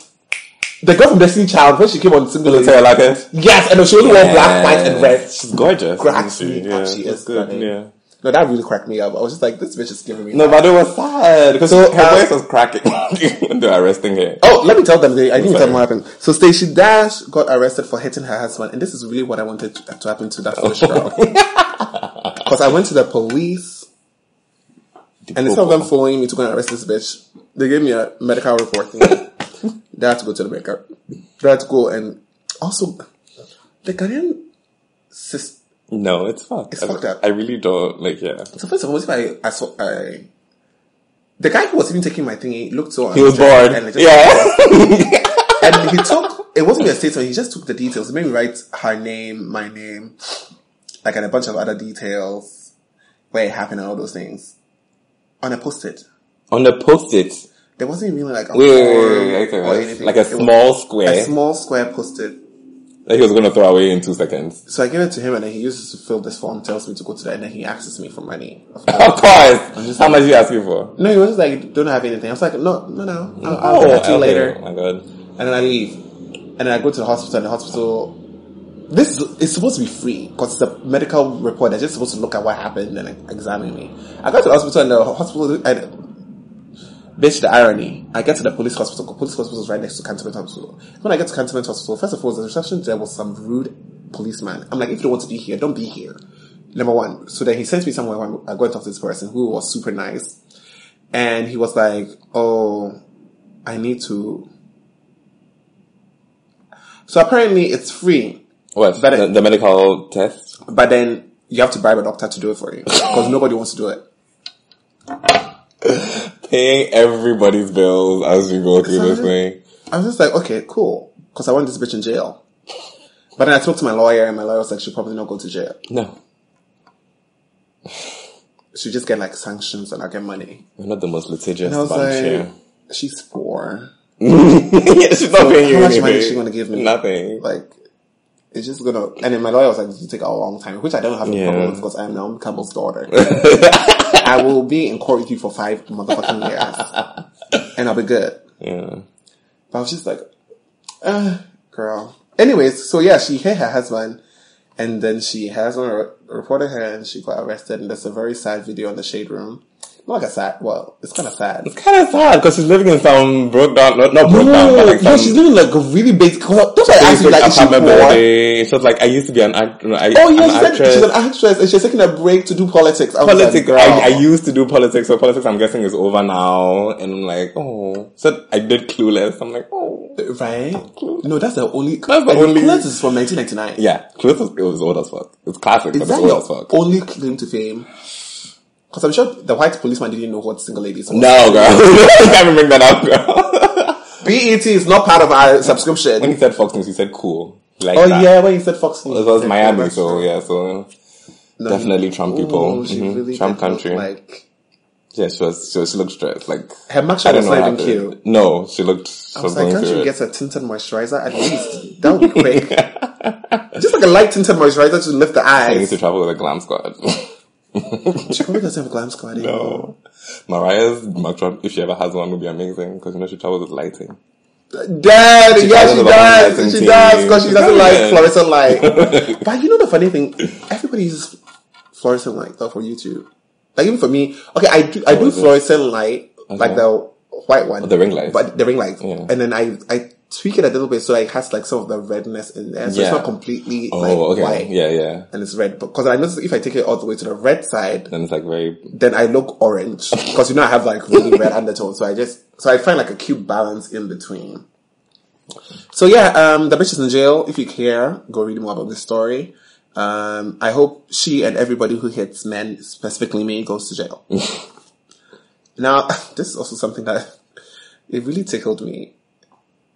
S3: the girl from Destiny Child when she came on single
S4: Sarah Larkin.
S3: Yes, and she only wore black, white, and red.
S4: She's gorgeous.
S3: Cracks
S4: isn't
S3: me
S4: Yeah,
S3: up. She
S4: she's
S3: is
S4: good.
S3: stunning.
S4: Yeah.
S3: No, that really cracked me up. I was just like, this bitch is giving me.
S4: No, but it was sad because
S3: So,
S4: her
S3: um,
S4: voice was cracking when they were arresting her.
S3: Oh, let me tell them. I didn't
S4: Sorry.
S3: tell them what happened. So Stacey Dash got arrested for hitting her husband, and this is really what I wanted to, to happen to that foolish girl.
S4: Oh.
S3: Because I went to the police, and instead of them following me to go and arrest this bitch, they gave me a medical report. Thing. they had to go to the medical. They had to go and also the Ghanaian system.
S4: No, it's fucked.
S3: It's
S4: I-
S3: fucked up.
S4: I really don't like. Yeah,
S3: So first of all, if I, I saw I, the guy who was even taking my thing, he looked so
S4: he was
S3: unattractive,
S4: bored.
S3: and I just-
S4: Yeah,
S3: and he took it wasn't a statement. He just took the details. He made me write her name, my name, like and a bunch of other details, where it happened, and all those things on a post-it.
S4: on the post-it.
S3: There wasn't really like a
S4: Wait, wait, wait,
S3: form
S4: wait, wait, wait,
S3: or
S4: wait.
S3: anything.
S4: Like a
S3: It was
S4: small square
S3: a small square post-it.
S4: that he was going to throw away in two seconds.
S3: So I gave it to him, and then he uses to fill this form, tells me to go to that, and then he asks me for money.
S4: Of course. How much are you asking for?
S3: No, he was just like, "Don't have anything." I was like, "No, no, no. I'll, I'll
S4: Oh,
S3: get back to you
S4: okay.
S3: later."
S4: Oh my god.
S3: and then I leave, and then I go to the hospital. And the hospital, this is supposed to be free because it's a medical report. They're just supposed to look at what happened and examine me. I got to the hospital, and the hospital, and bitch, the irony. I get to the police hospital. 'cause Police hospital is right next to Cantonment Hospital. When I get to Cantonment Hospital, first of all, the reception there was some rude policeman. I'm like, if you don't want to be here, don't be here. Number one. So then he sends me somewhere. where I go and talk to this person who was super nice, and he was like, "Oh, I need to." So apparently, it's free.
S4: What?
S3: But it-
S4: the, the medical test?
S3: But then you have to bribe a doctor to do it for you because nobody wants to do it.
S4: Paying everybody's bills as we go through this
S3: Sorry?
S4: thing.
S3: I was just like, okay, cool, because I want this bitch in jail. But then I spoke to my lawyer, and my lawyer was like, she'll probably not go to jail.
S4: No.
S3: She'll just get like sanctions and I'll get money.
S4: We're not the most
S3: And I
S4: litigious
S3: was
S4: bunch
S3: like,
S4: here.
S3: she's poor.
S4: yeah, she's not paying you
S3: How much
S4: anything.
S3: money is she gonna give me?
S4: Nothing.
S3: Like, it's just gonna. And then my lawyer was like, "This will take a long time," which I don't have a problem
S4: Yeah.
S3: with because I am Naomi Campbell's daughter. I will be in court with you for five motherfucking years, and I'll be good.
S4: yeah.
S3: But I was just like, uh, girl. Anyways, so yeah, she hit her husband, and then she has re- reported her, and she got arrested. And there's a very sad video in the shade room. Not like a sad. Well, it's kind of sad.
S4: It's kind of sad because she's living in some broke down, not, not broke down, but like
S3: No,
S4: some
S3: she's living like a really basic. That's why I asked you,
S4: basic
S3: like, is she
S4: apartment
S3: poor?
S4: building. She's like, I used to be an actor. I,
S3: Oh yeah,
S4: an
S3: she said
S4: actress.
S3: she's an actress and she's taking a break to do politics. I was like,
S4: politics.
S3: girl.
S4: I, I used to do politics, so politics I'm guessing is over now. And I'm like, oh. So I did Clueless. I'm like, oh.
S3: right? No, that's the only.
S4: That's
S3: and
S4: the only-
S3: Clueless is from 1999.
S4: Yeah, Clueless was, it was old as fuck. It's classic,
S3: is
S4: but
S3: that
S4: it's old as
S3: your
S4: fuck.
S3: only claim to fame? Because I'm sure the white policeman didn't know what single ladies. was.
S4: No, girl. you can't bring that up, girl. E
S3: BET is not part of our
S4: when
S3: subscription.
S4: he said Fox News, he said cool. Like
S3: Oh
S4: that.
S3: yeah, when you said Fox News,
S4: It was
S3: Yeah,
S4: Miami,
S3: that's
S4: so
S3: true.
S4: yeah, so
S3: No,
S4: definitely Trump people.
S3: Ooh, she
S4: Mhm.
S3: really
S4: Trump
S3: did look
S4: country.
S3: like
S4: yeah, she was, she was, she looked stressed. Like,
S3: her mugshot was not even cute.
S4: No, she looked, she
S3: I
S4: was
S3: was like,
S4: going
S3: can't
S4: through
S3: you
S4: it.
S3: get a tinted moisturizer at least? That would be quick. Just like a light tinted moisturizer to lift the
S4: I used
S3: eyes.
S4: to travel with a glam squad.
S3: She probably doesn't have a glam squad anymore.
S4: no. Mariah's mugshot, if she ever has one, would be amazing because you know she travels with lighting.
S3: Dad, yeah,
S4: does
S3: she
S4: have a
S3: does.
S4: lighting
S3: She
S4: team.
S3: does because she doesn't like
S4: Yeah.
S3: fluorescent light. but you know the funny thing, everybody uses fluorescent light though for YouTube. Like even for me, okay, I do I do
S4: is it?
S3: fluorescent light, like
S4: Okay. Oh,
S3: the white one,
S4: The ring light.
S3: but the ring light,
S4: Yeah.
S3: and then I I tweak it a little bit so it has like some of the redness in there. So
S4: Yeah.
S3: it's not completely
S4: Oh,
S3: like
S4: okay.
S3: white
S4: Yeah, yeah.
S3: and it's red. Because I noticed if I take it all the way to the red side,
S4: Then it's like very
S3: then I look orange. Because you know I have like really red undertones. So I just so I find like a cute balance in between. So yeah, um, the bitch is in jail. If you care, go read more about this story. Um, I hope she and everybody who hits men, specifically me, goes to jail. now, this is also something that it really tickled me.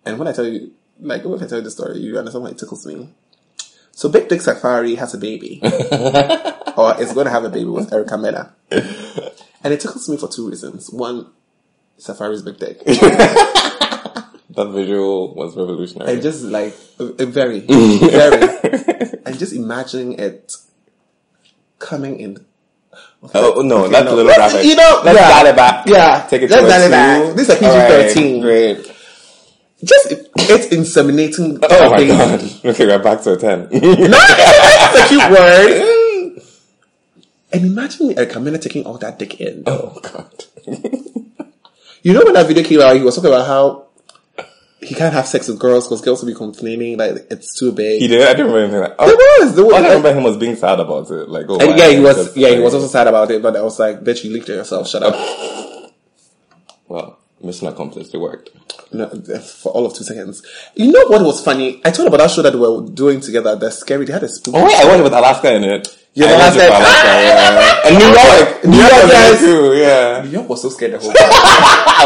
S3: And when I tell you, like, if I tell you the story, you understand why it tickles me. So Big Dick Safari has a baby, or is going to have a baby with Erica Mena, and it tickles me for two reasons. One, Safari's big dick.
S4: that visual was revolutionary.
S3: And just like a, a very, very, and just imagining it coming in.
S4: oh no, that's
S3: no.
S4: a little graphic.
S3: You know,
S4: let's
S3: yeah.
S4: dial it back.
S3: Yeah,
S4: take it.
S3: let's
S4: to a
S3: dial it
S4: two.
S3: back. This is a PG-13.
S4: All right, great.
S3: Just it- it's inseminating the
S4: Oh my
S3: baby.
S4: god. Okay, we're back to a ten.
S3: No, that's a cute word. And imagine a Camilla taking all that dick in.
S4: oh god.
S3: You know when that video came out, he was talking about how he can't have sex with girls because girls will be complaining like it's too big.
S4: He did. I didn't remember anything. Like, oh,
S3: There was, there was.
S4: All I remember him was being sad about it. Like, oh,
S3: And
S4: why?
S3: Uh, yeah, he was.
S4: Just-
S3: Yeah, he was also sad about it, but I was like, "Bitch, you leaked it yourself. Shut up."
S4: Well, mission accomplished. It worked.
S3: No, for all of two seconds. You know what was funny? I told about that show that we were doing together. The scary. They had a spooky.
S4: Oh wait, I went with Alaska in it.
S3: Yeah,
S4: I went
S3: Alaska.
S4: with yeah. And New York,
S3: New York guys.
S4: too. Yeah, Ah,
S3: Yo was so scared the whole time.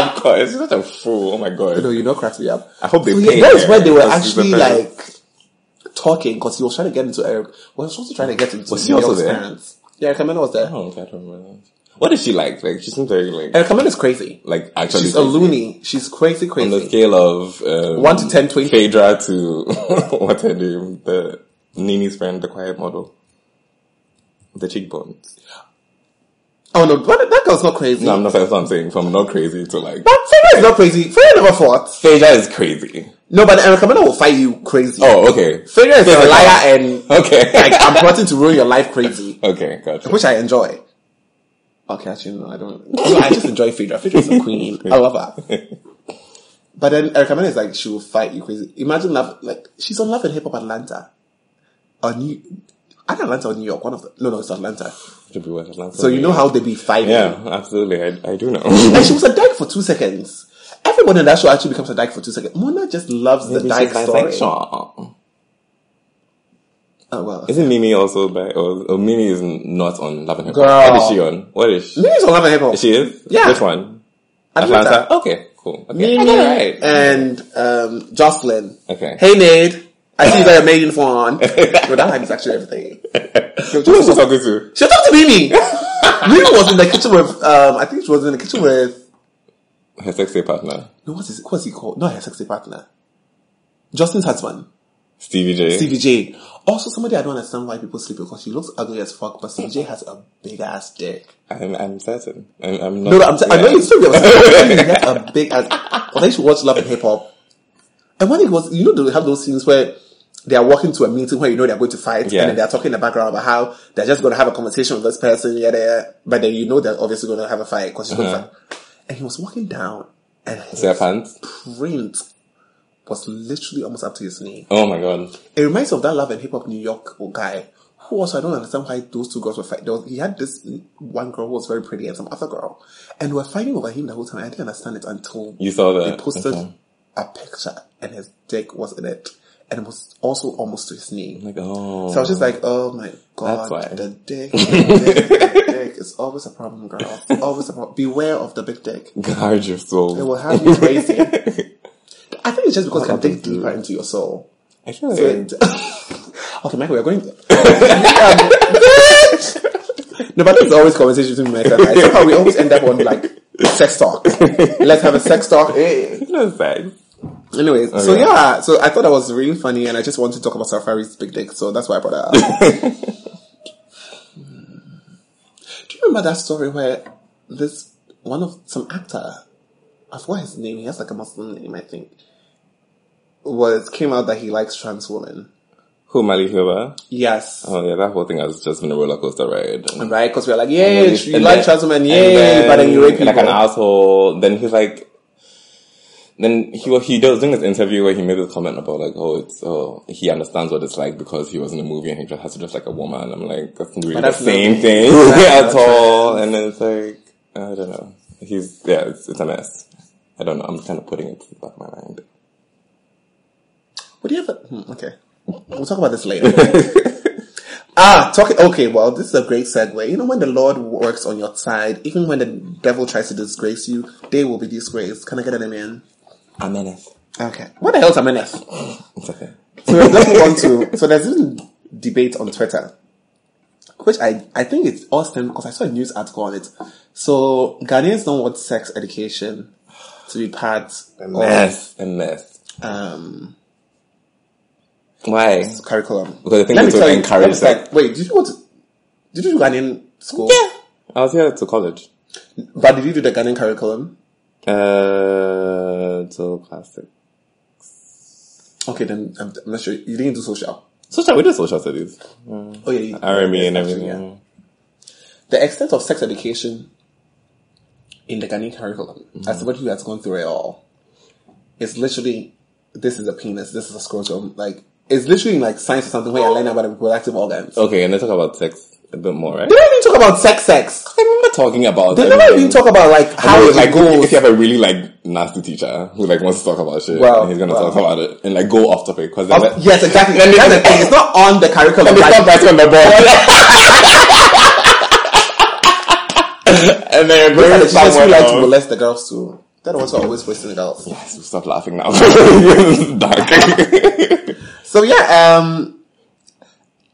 S4: of course. He's such a fool. Oh my god.
S3: no, you know, cracked me up.
S4: I hope they
S3: So,
S4: pay
S3: uh, That is
S4: her.
S3: where they were
S4: That's the
S3: actually
S4: best.
S3: like talking because he was trying to get into Eric. Well, he was also trying to get into
S4: Was he also
S3: Neil's
S4: there?
S3: parents. Yeah, Eric Amanda was there.
S4: Oh, okay, I don't remember. What is she like? Like she seems very like
S3: Eric Amanda is crazy.
S4: like actually
S3: She's a
S4: crazy.
S3: loony. She's crazy,
S4: on
S3: crazy.
S4: the scale of um,
S3: One to ten, twenty.
S4: Phaedra to what's her name? The Nini's friend, the quiet model. The cheekbones.
S3: Oh no, but that girl's not crazy.
S4: No, I'm not that's what I'm saying. From not crazy to like
S3: But Sarah is not crazy. Sarah never fought.
S4: Phaedra is crazy.
S3: No, but Eric Amanda will fight you crazy.
S4: Oh, okay.
S3: Sarah is a liar and
S4: Okay.
S3: like I'm plotting to ruin your life crazy,
S4: okay, gotcha.
S3: which I enjoy. Okay, actually, no, I don't. No, I just enjoy Phaedra. Phaedra is a queen. I love her. But then Erica Mena is like, she will fight you crazy. Imagine love, like, she's on Love and Hip Hop Atlanta. Or New, either Atlanta or New York, one of the, no, no, it's Atlanta.
S4: Should be worth it.
S3: So you know how they be fighting.
S4: Yeah, absolutely. I, I do know.
S3: And she was a dyke for two seconds. Everyone in that show actually becomes a dyke for two seconds. Mona just loves the dyke story.
S4: Bisexual.
S3: Oh, well.
S4: Isn't Mimi also by or, or Mimi is not on Love and Hip
S3: Girl.
S4: Hop? What is she on? What is she?
S3: Mimi's on Love and Hip Hop.
S4: She is?
S3: Yeah.
S4: Which one?
S3: Atlanta.
S4: Okay, cool. Okay. I
S3: Mimi
S4: got it right.
S3: and um, Jocelyn.
S4: Okay.
S3: Hey, Ned. I see you got a maid uniform on. well, that line is actually everything.
S4: Who was she talking to?
S3: She talked to Mimi. Mimi was in the kitchen with, um, I think she was in the kitchen with,
S4: Her sexy partner.
S3: no, what's his, what's he called? Not her sexy partner. Justin's husband,
S4: Stevie J.
S3: Stevie J. Also, somebody I don't understand why people sleep because she looks ugly as fuck, but Stevie J has a big ass dick.
S4: I'm, I'm certain. I'm, I'm not.
S3: No, no, I'm t- i am
S4: yeah.
S3: I know you still get a big ass. But then she watched Love and Hip Hop. And when it was, you know, they have those scenes where they are walking to a meeting where you know they're going to fight,
S4: Yeah.
S3: and then they're talking in the background about how they're just going to have a conversation with this person, yeah, yeah, but then you know they're obviously going to have a fight because she's going
S4: Uh-huh.
S3: to fight. And he was walking down, and his
S4: Their pants.
S3: print was literally almost up to his knee.
S4: Oh my god.
S3: It reminds me of that Love and Hip Hop New York guy. Who also I don't understand why those two girls were fighting. There was- He had this one girl who was very pretty and some other girl, and we were fighting over him the whole time. I didn't understand it until
S4: You saw
S3: they
S4: that.
S3: posted
S4: Okay.
S3: a picture and his dick was in it, and it was also almost to his knee.
S4: Like, oh.
S3: so I was just like, "Oh my god,
S4: That's why.
S3: the dick, the dick, the dick is always a problem, girl. It's always a problem. Beware of the big dick.
S4: guard your soul.
S3: It will have you crazy." I think it's just because it can dig
S4: happened to-
S3: deeper into your soul.
S4: I feel like.
S3: Wait. uh, okay, Michael, we're going. um, no, but there's always conversation between Michael and I. Somehow we always end up on like sex talk. Let's have a sex talk. Eh.
S4: No sex.
S3: Anyways, so
S4: Okay.
S3: yeah, so I thought that was really funny, and I just wanted to talk about Safari's big dick, so that's why I brought it up. Do you remember that story where this one of some actor, I forgot his name. He has like a Muslim name, I think. Was came out that he likes trans women.
S4: Who, Mali Huber?
S3: Yes.
S4: Oh yeah, that whole thing has just been a roller coaster ride. And-
S3: Right, because we're like, yay, you
S4: and
S3: like
S4: then-
S3: trans women,
S4: and
S3: yay, but then you rape people.
S4: Like an asshole. Then he's like, Then he wa- he does doing this interview where he made this comment about like oh it's oh he understands what it's like because he was in a movie and he just has to dress like a woman. I'm like that's not really
S3: that's
S4: the same
S3: not-
S4: thing
S3: that's
S4: at
S3: not
S4: all. And then it's like I don't know. He's yeah, it's, it's a mess. I don't know. I'm kind of putting it to the back of my mind.
S3: What do you have? a- hmm, okay, we'll talk about this later. ah, talking. Okay, well, this is a great segue. You know, when the Lord works on your side, even when the devil tries to disgrace you, they will be disgraced. Can I get an amen?
S4: A menace.
S3: Okay. What the hell's a menace?
S4: It's okay.
S3: So let's move on to. So there's this debate on Twitter, which I I think it's all stemmed because I saw a news article on it. So Ghanaians don't want sex education to be part
S4: A
S3: of
S4: mess. A mess.
S3: um,
S4: Why?
S3: curriculum.
S4: Because I think it's to
S3: tell you-
S4: encourage
S3: let me tell you-
S4: sex.
S3: Wait, did you go to did you do Ghanaian school?
S4: I was here to college.
S3: But did you do the Ghanaian curriculum?
S4: Uh, to class six.
S3: Okay, then I'm, I'm not sure. You didn't do social.
S4: Social, we did social studies.
S3: Oh yeah, you,
S4: R&B and
S3: actually,
S4: everything.
S3: yeah. The extent of sex education in the Ghanaian curriculum, as
S4: Mm-hmm.
S3: somebody who has gone through it all, it's literally this is a penis, this is a scrotum. Like it's literally like science or something where you learn about the reproductive organs.
S4: Okay, and they talk about sex a bit more, right?
S3: They don't even talk about sex, sex.
S4: I remember talking about
S3: They don't even
S4: everything.
S3: talk about like how
S4: I mean,
S3: it
S4: like,
S3: goes.
S4: If you have a really like nasty teacher who like wants to talk about shit,
S3: Well,
S4: and he's gonna
S3: well.
S4: talk about it and like go off topic because
S3: Of- yes, exactly.
S4: Then they-
S3: That's the thing. It's not on the curriculum.
S4: they
S3: Like,
S4: stop writing on the board. and they're
S3: those are
S4: going
S3: the teachers who
S4: somewhere
S3: like to
S4: else.
S3: molest the girls too. They're the ones who are always wasting the girls.
S4: Yes, Stop laughing now. This is dark.
S3: So yeah, um,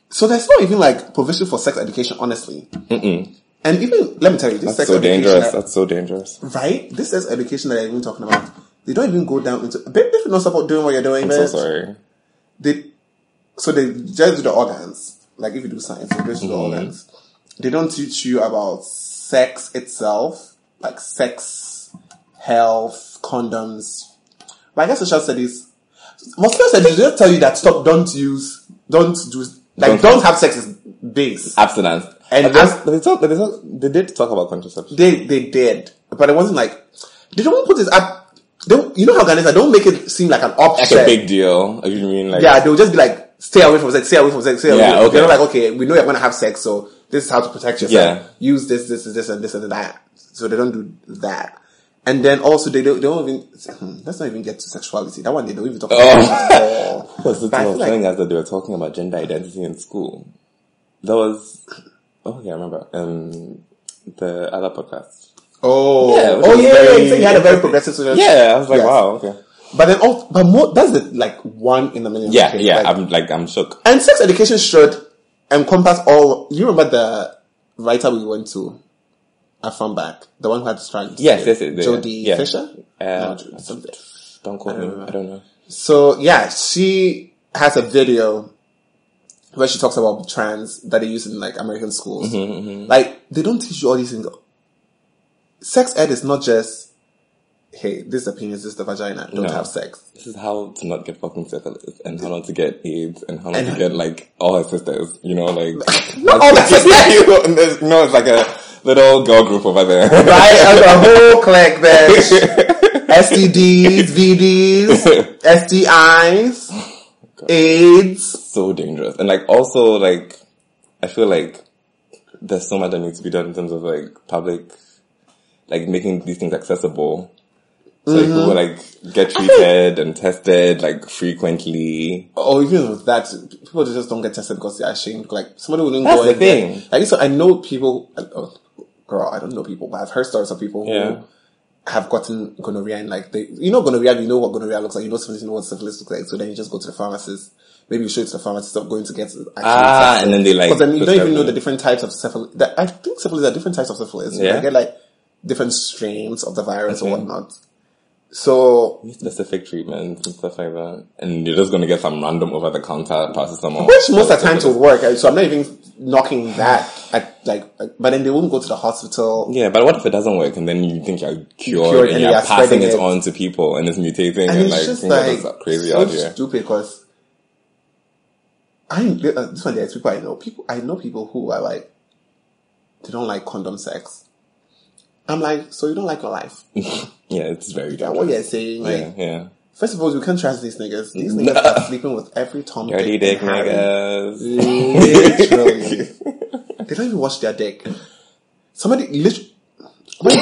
S3: so there's not even like provision for sex education, honestly. Mm-mm. And even let me tell you, this
S4: That's
S3: sex
S4: so
S3: education,
S4: dangerous.
S3: that-
S4: That's so dangerous.
S3: right? This sex education that I'm even talking about, they don't even go down into. Babe, if you not support doing what you're doing,
S4: I'm so
S3: babe,
S4: sorry.
S3: they so they just do the organs. Like if you do science, they just do the
S4: Mm-hmm.
S3: organs. They don't teach you about sex itself, like sex, health, condoms. But I guess social studies, most social studies they just tell you that stop, don't use, don't do, like
S4: Don't-
S3: don't, have sex is base.
S4: abstinence.
S3: And
S4: But they-
S3: abs-
S4: but they, talk, but they, talk, they did talk about contraception.
S3: They they did, but it wasn't like they don't put it up. They don't, you know how Ghanaians are, don't make it seem like an
S4: Like
S3: option.
S4: a big deal. Like, you mean like
S3: yeah, they'll just be like, stay away from sex, stay away from sex, stay away.
S4: Yeah,
S3: They're
S4: okay.
S3: not like, okay, we know you're gonna have sex, so this is how to protect yourself.
S4: Yeah.
S3: Use this, this, this, and this, and that. So they don't do that. And then also they don't, they don't even, hmm, let's not even get to sexuality. That one they don't even talk about at all.
S4: What's Oh. the
S3: But I
S4: deal
S3: feel like-
S4: telling us that they were talking about gender identity in school? That was oh yeah, I remember. Um, the other podcast.
S3: Oh,
S4: Yeah, which
S3: oh
S4: is
S3: yeah, yeah,
S4: very-
S3: yeah. So you had a very progressive social.
S4: Yeah, I was like,
S3: Yes.
S4: wow, okay.
S3: But then, all, but more, that's the, like one in a million.
S4: Yeah,
S3: okay,
S4: yeah.
S3: like-
S4: I'm like, I'm shook.
S3: And sex education should encompass all. You remember the writer we went to, a farm back, the one who had strands.
S4: Yes, yes, yes.
S3: Jodie
S4: yeah.
S3: Fisher.
S4: Uh,
S3: No, Jodie something.
S4: don't quote me. I don't know.
S3: so yeah, she has a video where she talks about trans that they use in like American schools.
S4: Mm-hmm,
S3: Like they don't teach you all these things. Sex ed is not just hey, this is the penis, this is the vagina. Don't
S4: No.
S3: have sex.
S4: This is how to not get fucking syphilis and how not to get AIDS and how not
S3: And
S4: to
S3: how-
S4: get like all her sisters, you know, like
S3: Not all the sisters.
S4: you know, and there's- you know, it's like a little girl group over there.
S3: Right? And the whole clique, bitch. STDs, VDs, STIs, AIDS.
S4: so dangerous. And like also like I feel like there's so much that needs to be done in terms of like public like making these things accessible. So like,
S3: Mm-hmm.
S4: people like get treated and tested like frequently.
S3: Or Oh, even with that, people just don't get tested because they're ashamed. Like, somebody wouldn't
S4: That's
S3: go
S4: the
S3: in there.
S4: thing.
S3: Like, so I know people, oh, girl, I don't know people, but I've heard stories of people who
S4: Yeah.
S3: have gotten gonorrhea and like they, you know gonorrhea, you know what gonorrhea looks like, you know syphilis, you know what syphilis looks like, so then you just go to the pharmacist. Maybe you show it to the pharmacist of going to get actually
S4: Ah,
S3: tested.
S4: and then they, like,
S3: because then you don't
S4: prescribe
S3: even know
S4: them.
S3: the different types of syphilis. That, I think syphilis are different types of syphilis.
S4: Yeah.
S3: You get like different strains of the virus
S4: Okay.
S3: or whatnot. So,
S4: Specific treatments and stuff like that. And you're just gonna get some random over the counter paracetamol.
S3: which most of the times will work. So I'm not even knocking that. I, like, but then they won't go to the hospital.
S4: Yeah, but what if it doesn't work and then you think you're cured,
S3: cured
S4: and,
S3: and
S4: you're
S3: they are
S4: passing
S3: spreading
S4: it,
S3: it.
S4: on to people and it's mutating and,
S3: and
S4: like
S3: it's just
S4: things are
S3: like
S4: just crazy
S3: so
S4: out here.
S3: stupid because I uh, this one there's people I know people I know people who are like they don't like condom sex I'm like, so you don't like your life? Is
S4: Yeah, it's very
S3: that
S4: dangerous.
S3: what you're saying? Like,
S4: yeah, yeah.
S3: first of all, you can't trust these niggas. These niggas are sleeping with every Tom,
S4: Dirty
S3: Dick,
S4: dick
S3: and Harry.
S4: niggas.
S3: Literally. they don't even wash their dick. Somebody literally.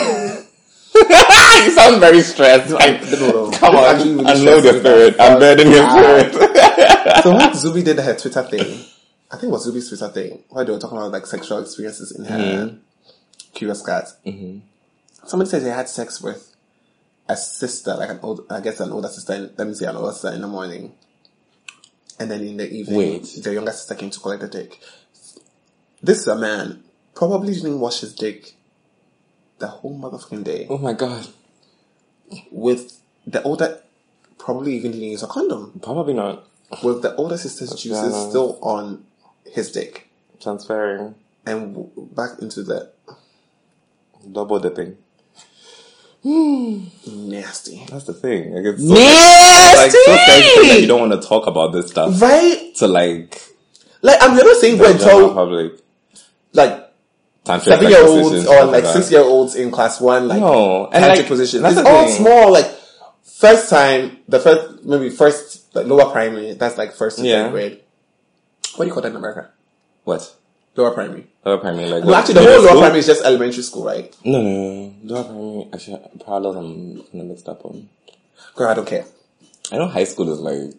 S4: you sound very stressed. Like,
S3: no, no.
S4: Come on,
S3: Actually, really
S4: I know
S3: stressed
S4: the
S3: with that.
S4: spirit. I'm burning your spirit.
S3: so when Zuby did her Twitter thing, I think it was Zuby's Twitter thing, where they were talking about like sexual experiences in her
S4: Mm-hmm.
S3: Curious Cat. Mm-hmm. Somebody said they had sex with a sister, like an old, I guess an older sister. In, let me say an older sister in the morning, and then in the evening,
S4: Wait.
S3: the younger sister came to collect the dick. This is a man probably didn't wash his dick the whole motherfucking day
S4: oh my god.
S3: with the older, probably even didn't use a condom
S4: Probably not
S3: with the older sister's juices
S4: Shannon.
S3: still on his dick
S4: transferring.
S3: and w- back into the
S4: Double dipping.
S3: nasty.
S4: That's the thing. Like, it's so like so sensitive that you don't want to talk about this stuff.
S3: Right?
S4: To like,
S3: Like, I'm you're not saying go
S4: the
S3: and
S4: general
S3: tell,
S4: public.
S3: like,
S4: Tantric
S3: seven year olds
S4: positions,
S3: or
S4: stuff
S3: like
S4: that.
S3: six year olds in class one, like,
S4: No. And,
S3: tantric
S4: like,
S3: positions.
S4: that's
S3: It's
S4: the
S3: all
S4: thing.
S3: small, like, first time, the first, maybe first, like, lower primary, that's like first to
S4: Yeah.
S3: third grade. What do you call that in America?
S4: What?
S3: Lower primary.
S4: Lower primary, like
S3: No,
S4: what?
S3: actually, the
S4: Middle
S3: whole lower
S4: school?
S3: primary is just elementary school, right?
S4: No, no, no. Lower primary. Actually, parallel. I'm kind of mixed up on.
S3: Girl, I don't care.
S4: I know high school is like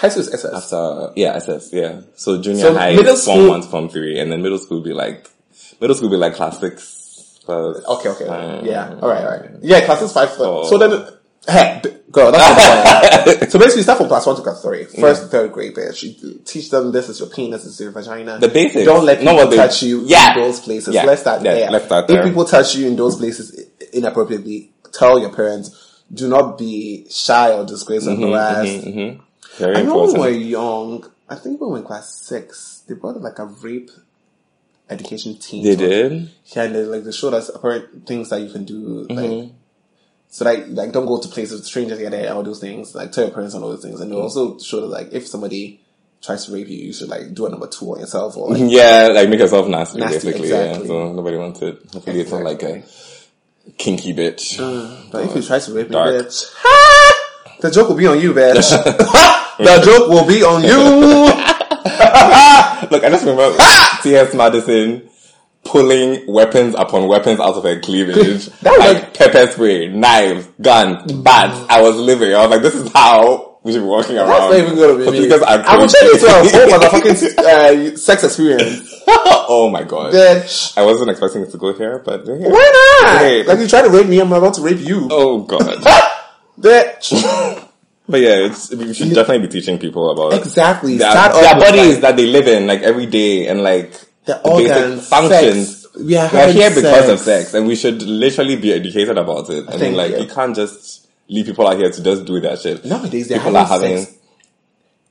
S3: High school is SS.
S4: after yeah SS yeah. So junior
S3: So
S4: high
S3: middle
S4: is form
S3: school-
S4: one, to form three, and then middle school be like middle school be like class six. Class
S3: Okay, okay.
S4: um,
S3: yeah. All right, all right. Yeah, classes five.
S4: Oh.
S3: So then, hey, b- girl, that's the point. So basically, start from class one to class three. First, to third grade, bitch. You teach them this is your penis, this is your vagina.
S4: The basics.
S3: Don't let
S4: Not
S3: people
S4: what they-
S3: touch you
S4: Yeah.
S3: in those places.
S4: Yeah.
S3: Let's start
S4: Yeah,
S3: there.
S4: let's start there.
S3: If people touch you in those places i- inappropriately, tell your parents. Do not be shy or disgraced or harassed.
S4: Mm-hmm, Very
S3: I know when we were
S4: important.
S3: young. I think when we were in class six, they brought like a rape education team.
S4: They
S3: to us.
S4: did.
S3: Yeah, and they, like they showed us apparent things that you can do, like
S4: Mm-hmm.
S3: so like like don't go to places with strangers, yeah, there, all those things. Like tell your parents and all those things, and they
S4: Mm-hmm.
S3: also showed us like if somebody tries to rape you, you should like do a number two on yourself or like
S4: Yeah, like make yourself nasty,
S3: Nasty,
S4: basically.
S3: exactly.
S4: Yeah. So nobody wants it. Hopefully, it's not like a kinky bitch.
S3: But if you try to rape me,
S4: Dark.
S3: bitch, the joke will be on you, bitch. the joke will be on you.
S4: Look, I just remember
S3: Ah!
S4: T.S. Madison pulling weapons upon weapons out of her cleavage.
S3: That was
S4: like
S3: like-
S4: pepper spray, knives, guns, bats. I was living. I was like, this is how we should be walking around.
S3: That's not even gonna be
S4: But
S3: me.
S4: Because I'm
S3: I will
S4: crazy.
S3: change it to a full motherfucking uh, sex experience,
S4: oh my god.
S3: bitch.
S4: I wasn't expecting it to go here, but we're here.
S3: Why not?
S4: Hey.
S3: Like you try to rape me, I'm about to rape you,
S4: Oh god.
S3: bitch.
S4: but yeah, it's, we should definitely be teaching people about
S3: Exactly.
S4: their,
S3: Start off
S4: their
S3: with,
S4: bodies that they live in, like every day, and like
S3: Their
S4: the basic
S3: organs,
S4: functions.
S3: sex. We are
S4: We are
S3: having
S4: here because of
S3: sex.
S4: sex, and we should literally be educated about it. I, mean,
S3: think,
S4: like
S3: yeah.
S4: you can't just leave people out here to just do that shit.
S3: Nowadays, they're
S4: people
S3: having,
S4: are having
S3: sex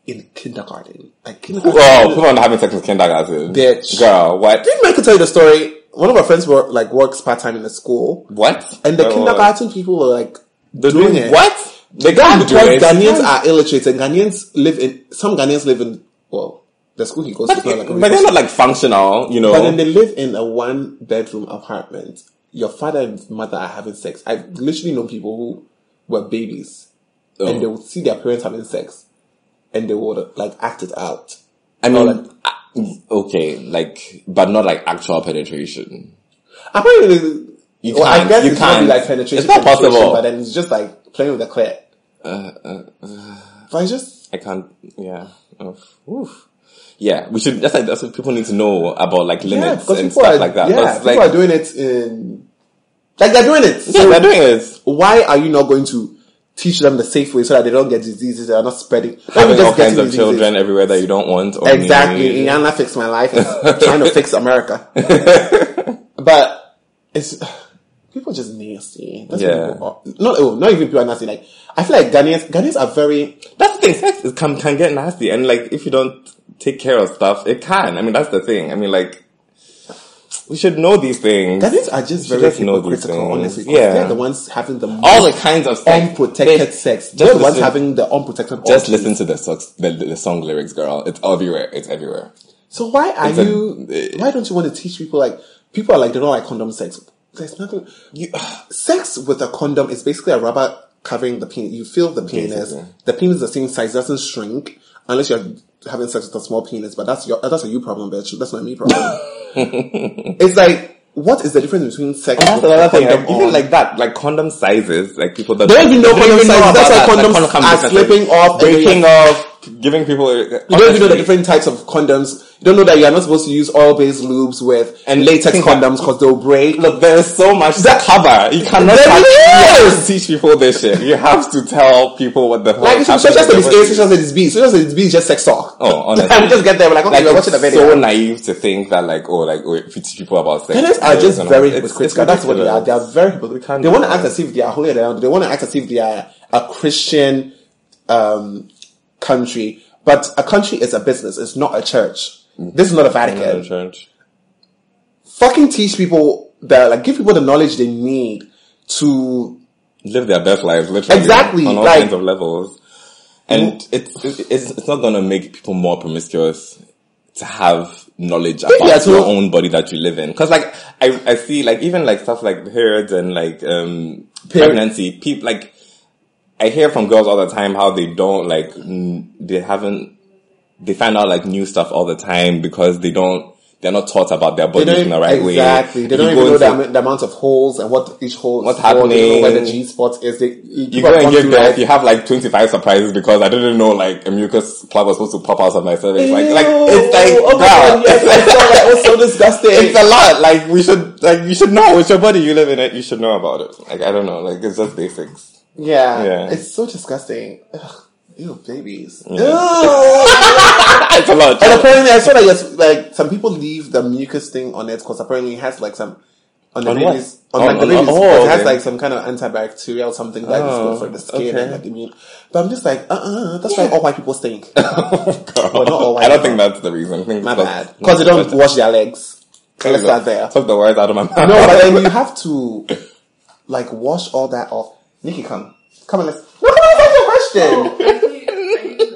S3: in kindergarten. Like kindergarten.
S4: oh, people are having sex in kindergarten.
S3: Bitch.
S4: girl, what?
S3: Didn't Michael tell you the story? One of our friends work, like works part time in the school,
S4: What?
S3: and the
S4: Wait, wait,
S3: kindergarten people were like
S4: wait.
S3: doing, it.
S4: What? They can't do
S3: Because
S4: it.
S3: Ghanaians are illiterate, and Ghanaians live in some Ghanaians live in well, the school he goes to is
S4: but,
S3: not like a
S4: but they're not like functional, you know.
S3: But then they live in a one bedroom apartment. Your father and mother are having sex. I've literally known people who were babies
S4: Oh.
S3: and they would see their parents having sex and they would like act it out.
S4: I mean,
S3: like-
S4: I- okay, like, but not like actual penetration.
S3: Apparently,
S4: You
S3: well, I
S4: can't,
S3: guess
S4: you
S3: it's not
S4: can't.
S3: be like penetration.
S4: It's not
S3: penetration,
S4: possible. Uh,
S3: But then it's just like playing with the clit. But it's just
S4: I can't. Yeah. Oh, oof. Yeah, we should. That's like that's what people need to know about like
S3: yeah,
S4: limits
S3: because
S4: and
S3: people
S4: stuff
S3: are
S4: like that.
S3: yeah,
S4: Because,
S3: people
S4: like,
S3: are doing it in like they're doing it.
S4: yeah,
S3: So
S4: they're doing it.
S3: why are you not going to teach them the safe way so that they don't get diseases? They are not spreading. Not
S4: Having
S3: just
S4: all kinds
S3: getting
S4: of
S3: diseases.
S4: children everywhere that you don't want. Or
S3: Exactly.
S4: need.
S3: Rihanna fixed my life. It's trying to fix America. but it's people are just nasty. That's
S4: Yeah.
S3: what people are. Not oh, not even people are nasty. Like I feel like Ghanaians Ghanaians are very
S4: That's the thing. Sex is, can can get nasty, and like if you don't take care of stuff, it can. I mean, that's the thing. I mean, like we should know these things.
S3: Ghanaians are just
S4: should
S3: very
S4: just know these
S3: hypocritical,
S4: things.
S3: honestly. 'cause
S4: Yeah.
S3: They're the ones having the most
S4: all the kinds of sex.
S3: unprotected
S4: Bitch,
S3: sex.
S4: just
S3: They're the ones
S4: listen-
S3: having the unprotected orgies.
S4: Just listen to the, socks, the the song lyrics, girl. It's everywhere. It's everywhere.
S3: So why are
S4: It's a-
S3: you
S4: eh.
S3: why don't you want to teach people like people are like they don't like condom sex. There's nothing. You, sex with a condom is basically a rubber covering the penis. You feel the penis.
S4: Basically.
S3: The penis is the same size. Doesn't shrink unless you're having sex with a small penis. But that's your that's a you problem, bitch. That's not me problem. it's like what is the difference between sex?
S4: And that's
S3: with a
S4: another thing.
S3: condom
S4: Like, even
S3: on-
S4: like that, like condom sizes, like people that
S3: They don't even know condom
S4: even know
S3: sizes.
S4: about
S3: That's why
S4: that,
S3: condoms
S4: condom
S3: are
S4: companies
S3: slipping off and they-
S4: breaking off, giving people.
S3: You don't even know the different types of condoms. You don't know that you are not supposed to use oil-based lubes with and
S4: And
S3: latex
S4: think that-
S3: condoms because they'll break.
S4: Look, there is so much to cover. You cannot
S3: There
S4: touch-
S3: is!
S4: you have to teach people this shit. You have to tell people what the whole
S3: Like, social
S4: happens
S3: studies
S4: with
S3: A,
S4: the-
S3: social studies B, social studies B is just sex talk.
S4: Oh, honestly.
S3: we just get there, we're like, okay,
S4: Like,
S3: we're watching a
S4: it's
S3: video.
S4: so naive to think that, like, oh, like, oh, if you teach people about sex,
S3: Parents are
S4: they're
S3: just
S4: gonna-
S3: very
S4: it's- it's
S3: hypocritical. That's what they are. They
S4: ridiculous.
S3: are very hypocritical.
S4: can't
S3: They
S4: do
S3: want to
S4: that.
S3: act as if they are holier than they want to act as if they are a Christian um, country. But a country is a business. It's not a church. This is not a
S4: Another
S3: Vatican.
S4: Mm. church.
S3: Fucking teach people the like, give people the knowledge they need to
S4: live their best lives, literally.
S3: Exactly,
S4: On all
S3: like- Mm-hmm.
S4: kinds of levels. And it's, it's, it's not gonna make people more promiscuous to have knowledge about
S3: yeah, so-
S4: your own body that you live in. Cause like, I, I see like, even like stuff like periods and like, um,
S3: Peri-
S4: pregnancy, people like, I hear from girls all the time how they don't like, n- they haven't, they find out like new stuff all the time because they don't, they're not taught about their
S3: they
S4: bodies
S3: don't
S4: in the right way.
S3: exactly. They
S4: If
S3: don't
S4: you
S3: even
S4: go
S3: know the,
S4: into-
S3: am- the amount of holes and what each hole. is
S4: What's
S3: for. They don't know where the
S4: happening.
S3: G spot is. They, you
S4: you go and give birth, you have like 25 surprises because I didn't know like a mucus plug was supposed to pop out of my cervix. Like, like, it's like,
S3: oh my
S4: wow.
S3: God, yes, I saw that. It was so disgusting.
S4: It's a lot. Like, we should, like, you should know. It's your body. You live in it. You should know about it. Like, I don't know. Like, it's just basics.
S3: Yeah.
S4: Yeah.
S3: It's so disgusting. Ugh. Ew, babies.
S4: It's a lot.
S3: and apparently, I saw that yes, like some people leave the mucus thing on it because apparently it has like some on the
S4: On what?
S3: babies on,
S4: On-
S3: like the
S4: on-
S3: babies.
S4: oh,
S3: it has
S4: okay.
S3: like some kind of antibacterial or something that is
S4: Oh,
S3: good for the skin
S4: okay.
S3: and like immune. But I'm just like, uh, uh that's why all white people stink.
S4: Girl.
S3: Well, not all
S4: Oh, I don't
S3: white
S4: think that's the reason. I think
S3: My
S4: that's-
S3: bad, because they don't
S4: But-
S3: wash their legs. Let's start there.
S4: Took the words out of my mouth.
S3: No, but then you have to like wash all that off. Nikki, come, come and let's. No, come and let's ask your
S5: Oh,
S3: question.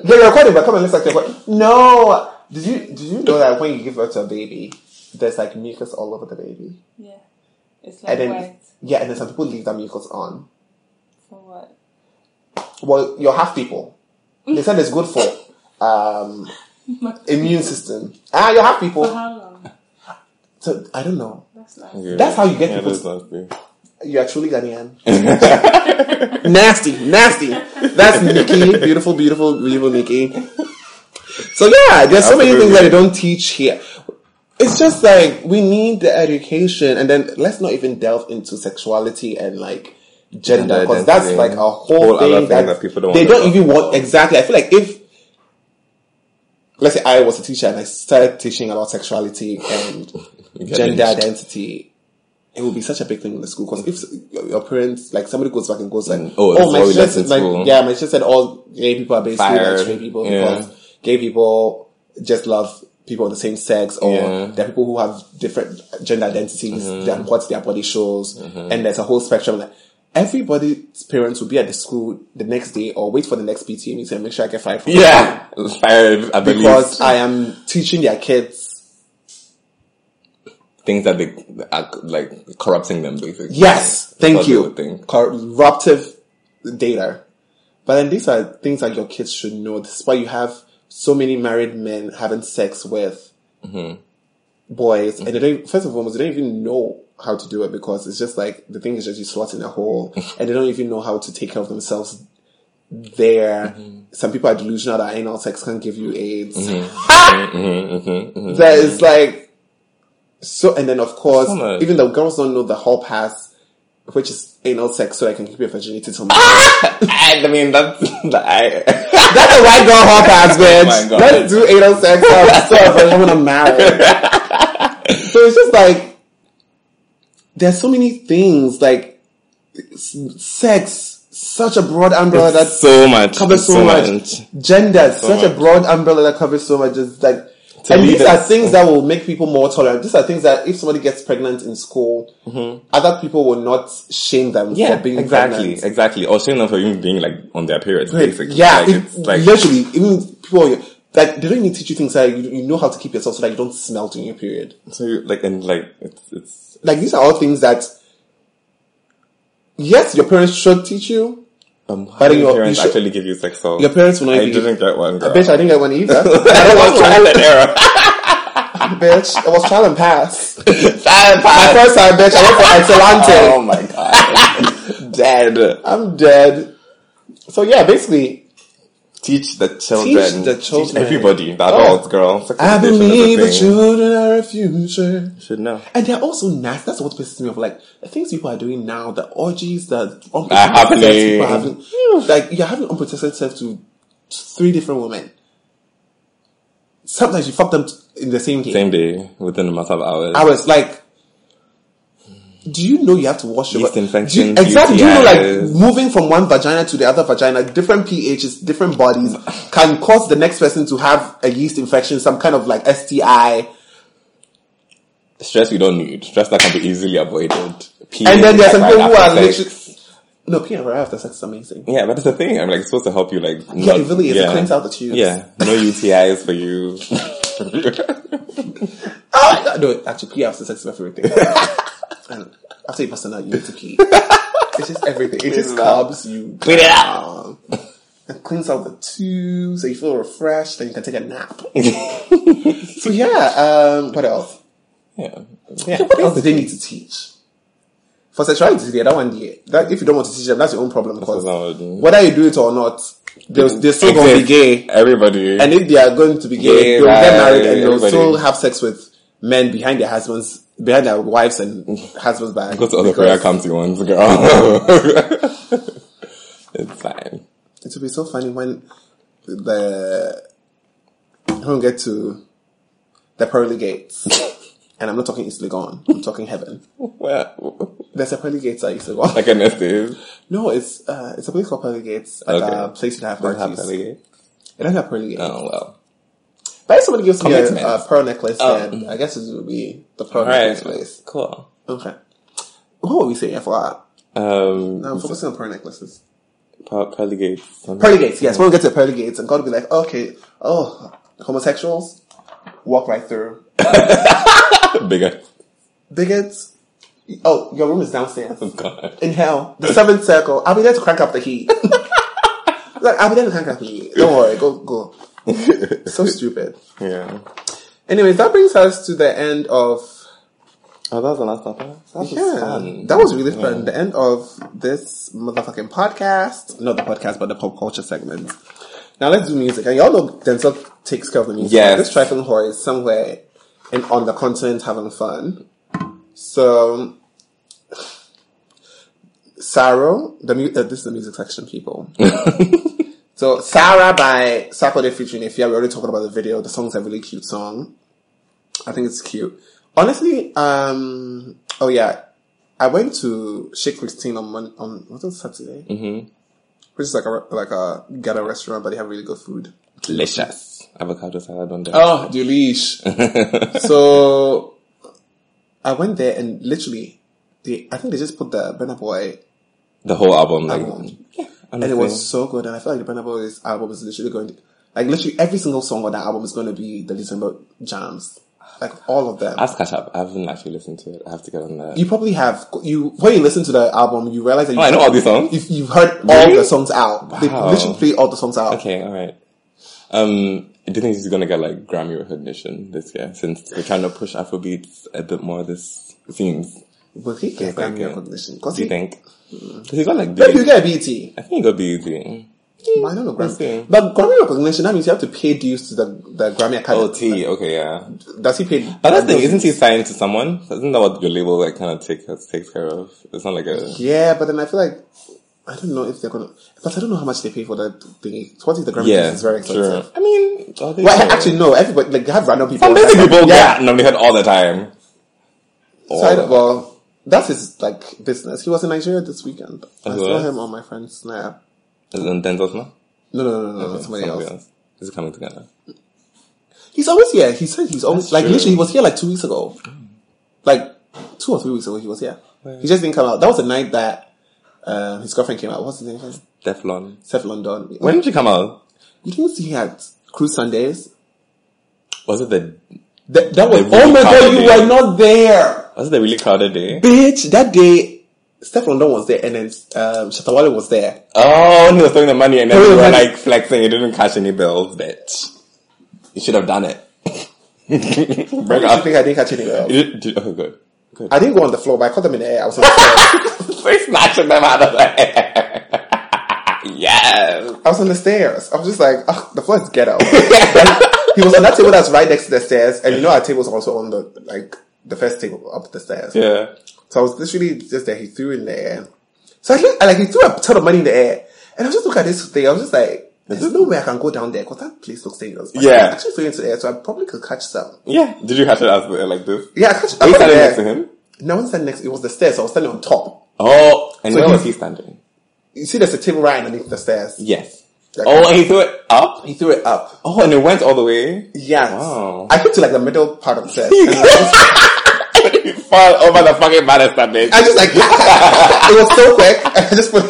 S3: They're recording, but come and let's ask your question. No, did you did you know that when you give birth to a baby, there's like mucus all over the baby,
S5: Yeah. It's like
S3: and then
S5: white.
S3: yeah, and then some people leave that mucus on.
S5: For what?
S3: Well, you're half people. They said it's good for um, immune system. Ah, you're half
S5: For
S3: people.
S5: how long?
S3: So I don't know.
S5: That's nice.
S4: Yeah.
S3: That's how you get
S4: Yeah,
S3: people
S4: that's
S3: to-
S4: nasty.
S3: You are truly Ghanaian. nasty, nasty. That's Nikki. Beautiful, beautiful, beautiful Nikki. So yeah, there's so many things that they don't teach here. It's just like we need the education, and then let's not even delve into sexuality and like gender
S4: Gender
S3: because that's
S4: identity.
S3: like a
S4: Whole
S3: whole
S4: other
S3: thing that,
S4: thing that people don't
S3: they
S4: want to
S3: don't
S4: talk
S3: even want exactly. I feel like if let's say I was a teacher and I started teaching about sexuality and gender
S4: lynched.
S3: identity, it would be such a big thing in the school. Because if your- your parents, like somebody goes back and goes like,
S4: Oh,
S3: "Oh,
S4: this is
S3: my
S4: what we
S3: sister,
S4: learned in
S3: like,
S4: school."
S3: yeah, my sister said all gay people are basically like
S4: Fired.
S3: straight people
S4: Yeah.
S3: because gay people just love." People of the same sex, or
S4: Yeah. Mm-hmm.
S3: there are people who have different gender identities than what their body shows, and there's a whole spectrum. Like everybody's parents will be at the school the next day, or wait for the next PTA meeting and make sure I get fired. From the school
S4: Yeah. Fired, I believe.
S3: because I am teaching their kids.
S4: things that they are like corrupting them basically.
S3: Yes,
S4: That's
S3: thank
S4: what they
S3: you.
S4: would think.
S3: Corruptive data. But then these are things that your kids should know. This is why you have so many married men having sex with Mm-hmm. boys, and they don't. First and foremost, they don't even know how to do it because it's just like the thing is just you slot in a hole, and they don't even know how to take care of themselves. There, some people are delusional that anal sex can give you AIDS. Mm-hmm. That is like so, and then of course,
S4: So much.
S3: even the girls don't know the hall pass, which is anal sex, so they can keep your virginity till
S4: I, I mean that's I,
S3: That's a white girl hall pass, bitch.
S4: my God.
S3: Let's do anal sex. I'm sorry, I'm gonna marry. so it's just like there's so many things like s- sex, such a broad umbrella that
S4: so much
S3: covers so, much. Gender, such a
S4: much.
S3: broad umbrella that covers so much. Just like, and
S4: me,
S3: these are
S4: that's-
S3: things that will make people more tolerant. These are things that if somebody gets pregnant in school, other people will not shame them
S4: Mm-hmm. Yeah,
S3: for being
S4: exactly,
S3: pregnant.
S4: exactly. Or shame them for even being like on their periods, basically.
S3: Yeah,
S4: like,
S3: it-
S4: it's like
S3: literally, even people like they don't even teach you things like you, you know how to keep yourself so that you don't smell during your period.
S4: so you, like and like it's it's
S3: Like these are all things that Yes, your parents should teach you.
S4: Um, how
S3: do
S4: do
S3: you-
S4: your
S3: you
S4: parents
S3: should-
S4: actually give you sex talk?
S3: Your parents will not
S4: I
S3: even-
S4: didn't get one, girl.
S3: Bitch, I didn't get one either. I
S4: was
S3: was
S4: trial and error.
S3: bitch. I was trying to pass.
S4: Time
S3: My
S4: passed.
S3: first time, bitch. I went for Excelente.
S4: Oh my god. Dead.
S3: I'm dead. So yeah, basically,
S4: Teach the children.
S3: Teach the children. Oh,
S4: Teach everybody. The adults, girl. Sex
S3: I
S4: education is a
S3: believe the
S4: thing.
S3: children are our future.
S4: You should know.
S3: And they're also nasty. That's what pisses me off. Like the things people are doing now, the orgies, the
S4: Are
S3: unprotected
S4: happening.
S3: sex people are having. Like you're having unprotected sex to three different women. Sometimes you fuck them in the same day.
S4: Same day, within a matter of hours.
S3: I was like, do you know you have to wash your
S4: Yeast
S3: do you-
S4: infections,
S3: exactly. Do you know,
S4: UTIs.
S3: like moving from one vagina to the other vagina, different pHs, different bodies can cause the next person to have a yeast infection, some kind of like STI.
S4: Stress we don't need. Stress that can be easily avoided. Peace,
S3: And then there are some
S4: like,
S3: people who
S4: after
S3: are
S4: sex.
S3: literally no peanut butter after sex is amazing.
S4: Yeah, but it's a thing. I'm like it's supposed to help you, like
S3: Yeah, it really is. It cleans out the tubes.
S4: Yeah, no UTIs for you.
S3: Oh my God. No, actually, pee after sex is my favorite thing. and after you bust a nut, you need to pee. It's just everything. It just
S4: it out.
S3: carbs you.
S4: Clean it out.
S3: Um, it cleans out the tubes, so you feel refreshed, then you can take a nap. so yeah, um, what else?
S4: Yeah,
S3: Yeah, what else do they need to teach? For sexuality, yeah, that one, yeah. That, if you don't want to teach them, that's your own problem. Because
S4: what I would do.
S3: whether you do it or not, they're, they're still going to be
S4: Exist.
S3: gay.
S4: Everybody.
S3: And if they are going to be gay,
S4: Gay,
S3: they'll get
S4: right,
S3: married and they'll
S4: everybody.
S3: still have sex with men behind their husbands, behind their wives and husbands' back.
S4: go to other prayer
S3: because
S4: country ones, girl. it's fine.
S3: It will be so funny when the when we get to the pearly gates, and I'm not talking East Legon, I'm talking heaven.
S4: Well,
S3: There's a pearly gates at East Legon.
S4: like an essay.
S3: no, it's uh, it's a place called pearly gates, like
S4: Okay.
S3: a place that have
S4: Doesn't have
S3: parties.
S4: pearly gates.
S3: It doesn't have pearly gates.
S4: Oh well.
S3: But if somebody gives me
S4: Commitment.
S3: a, a pearl necklace,
S4: Oh.
S3: then I guess it would be the pearl
S4: All right.
S3: necklace place.
S4: Cool.
S3: Okay. What were we saying? I forgot.
S4: Um,
S3: No, I'm focusing on pearl necklaces.
S4: per- pearly gates.
S3: Pearly gates,
S4: Mm.
S3: yes. When we get to the pearly gates, and God will be like, okay, oh, homosexuals, walk right through.
S4: Bigger.
S3: Bigots, oh, your room is downstairs.
S4: God.
S3: In hell, the seventh circle. I'll be there to crank up the heat. like, I'll be there to crank up the heat. Don't worry, go, go. so stupid.
S4: Yeah.
S3: Anyways, that brings us to the end of
S4: Oh, that was the last topic. That was
S3: Yeah,
S4: fun.
S3: that was really fun. The end of this motherfucking podcast. Not the podcast, but the pop culture segment. Now let's do music. And y'all know Denzel takes care of the music.
S4: Yes.
S3: This trifling whore is somewhere and on the continent having fun. So, Sarah, the mu- uh, this is the music section, people. so, Sarah by Saturday featuring Ifya. We already talked about the video. The song's a really cute song. I think it's cute. Honestly, um, oh yeah, I went to Chez Christine on Mon- on was it Saturday, mm-hmm. which is like a re- like a ghetto restaurant, but they have really good food.
S4: delicious. Avocado salad on there.
S3: Oh, delish! so I went there and literally, they I think they just put the Burna Boy,
S4: The whole album, like,
S3: Album.
S4: Yeah,
S3: and
S4: honestly.
S3: it was so good. And I feel like the Burna Boy's album is literally going to like literally every single song on that album is going to be the December jams, like all of them.
S4: Ask Cash App. I haven't actually listened to it. I have to get on that.
S3: you probably have you when you listen to the album, you realize that you
S4: Oh, I know all these songs.
S3: If you've heard all
S4: Really?
S3: the songs out, they
S4: Wow.
S3: literally play all the songs out.
S4: okay, all right. Um, do you think he's gonna get like Grammy recognition this year since we're trying to push Afrobeats a bit more? This seems.
S3: Will he get
S4: like,
S3: Grammy
S4: yeah.
S3: recognition? Because
S4: Do
S3: he,
S4: you think? 'Cause he got like B-
S3: Mm. maybe you get a E BET.
S4: I think he got BET.
S3: I don't know
S4: see.
S3: Grammy. But Grammy recognition, that means you have to pay dues to the, the Grammy Academy.
S4: Oh, T. Okay, yeah.
S3: Does he pay?
S4: But that's the thing. Isn't he signed to someone? Isn't that what your label like kind of take, takes care of? It's not like a.
S3: Yeah, but then I feel like I don't know if they're gonna. But I don't know how much they pay for that thingy. What if the Grammy
S4: Yeah,
S3: dues is very
S4: true.
S3: expensive?
S4: I mean, are they
S3: Well,
S4: sure?
S3: actually, no. Everybody like they have random people.
S4: Some basic
S3: Like,
S4: people
S3: yeah.
S4: get nominated all the time. All
S3: So I,
S4: the time.
S3: well, that's his like business. He was in Nigeria this weekend. I
S4: He
S3: saw
S4: was?
S3: him on my friend's snap.
S4: Is it Denzel's now?
S3: No, no, no, no, no, somebody else.
S4: This is coming together.
S3: He's always here. He said he's always
S4: That's
S3: like
S4: true.
S3: literally. He was here like two weeks ago, like two or three weeks ago. He was here. He just didn't come out. That was the night that um, his girlfriend came out. What's his name? again?
S4: Teflon.
S3: Seth London.
S4: When did you come out?
S3: you didn't see him at Cruise Sundays?
S4: Was it the
S3: That, that was.
S4: They really
S3: Oh my god!
S4: covered
S3: You
S4: it.
S3: were not there,
S4: was it the really crowded day?
S3: bitch. That day, Steph London was there, and then um, Shatawale was there.
S4: Oh, and he was throwing the money and then
S3: Throwing
S4: you
S3: the
S4: were
S3: money.
S4: like flexing. You didn't cash any bills, bitch. You should have done it. Break
S3: I
S4: up.
S3: think I didn't catch any well.
S4: You did- did- oh, good. Good.
S3: I didn't go on the floor, but I caught them in the air. I was on the stairs.
S4: So he's snatching them out of there. yes.
S3: I was on the stairs. I was just like, Ugh, the floor is ghetto. And he was on that table that's right next to the stairs, and you know our table's also on the like the first table up the stairs.
S4: Yeah.
S3: So I was literally just there. He threw in the air. So I looked, like he threw a ton of money in the air, and I was just looking at this thing. I was just like, "There's no way I can go down there because that place looks dangerous." But
S4: Yeah.
S3: I actually threw into the air, so I probably could catch some.
S4: Yeah. Did you catch it out there like this?
S3: Yeah, I catch.
S4: Were
S3: I
S4: you
S3: caught
S4: standing
S3: it
S4: next to
S3: there.
S4: him?
S3: No one standing next. It was the stairs. So I was standing on top.
S4: Oh, and
S3: So
S4: where
S3: he-
S4: was he standing?
S3: You see, there's a table right underneath the stairs.
S4: Yes.
S3: Like-
S4: Oh, and he threw it up?
S3: He threw it up.
S4: Oh, and it went all the way?
S3: Yes.
S4: Wow.
S3: I came to like the middle part of the stairs. and I was just-
S4: He fell over the fucking banister, oh, bitch.
S3: I just like it was so quick. I just put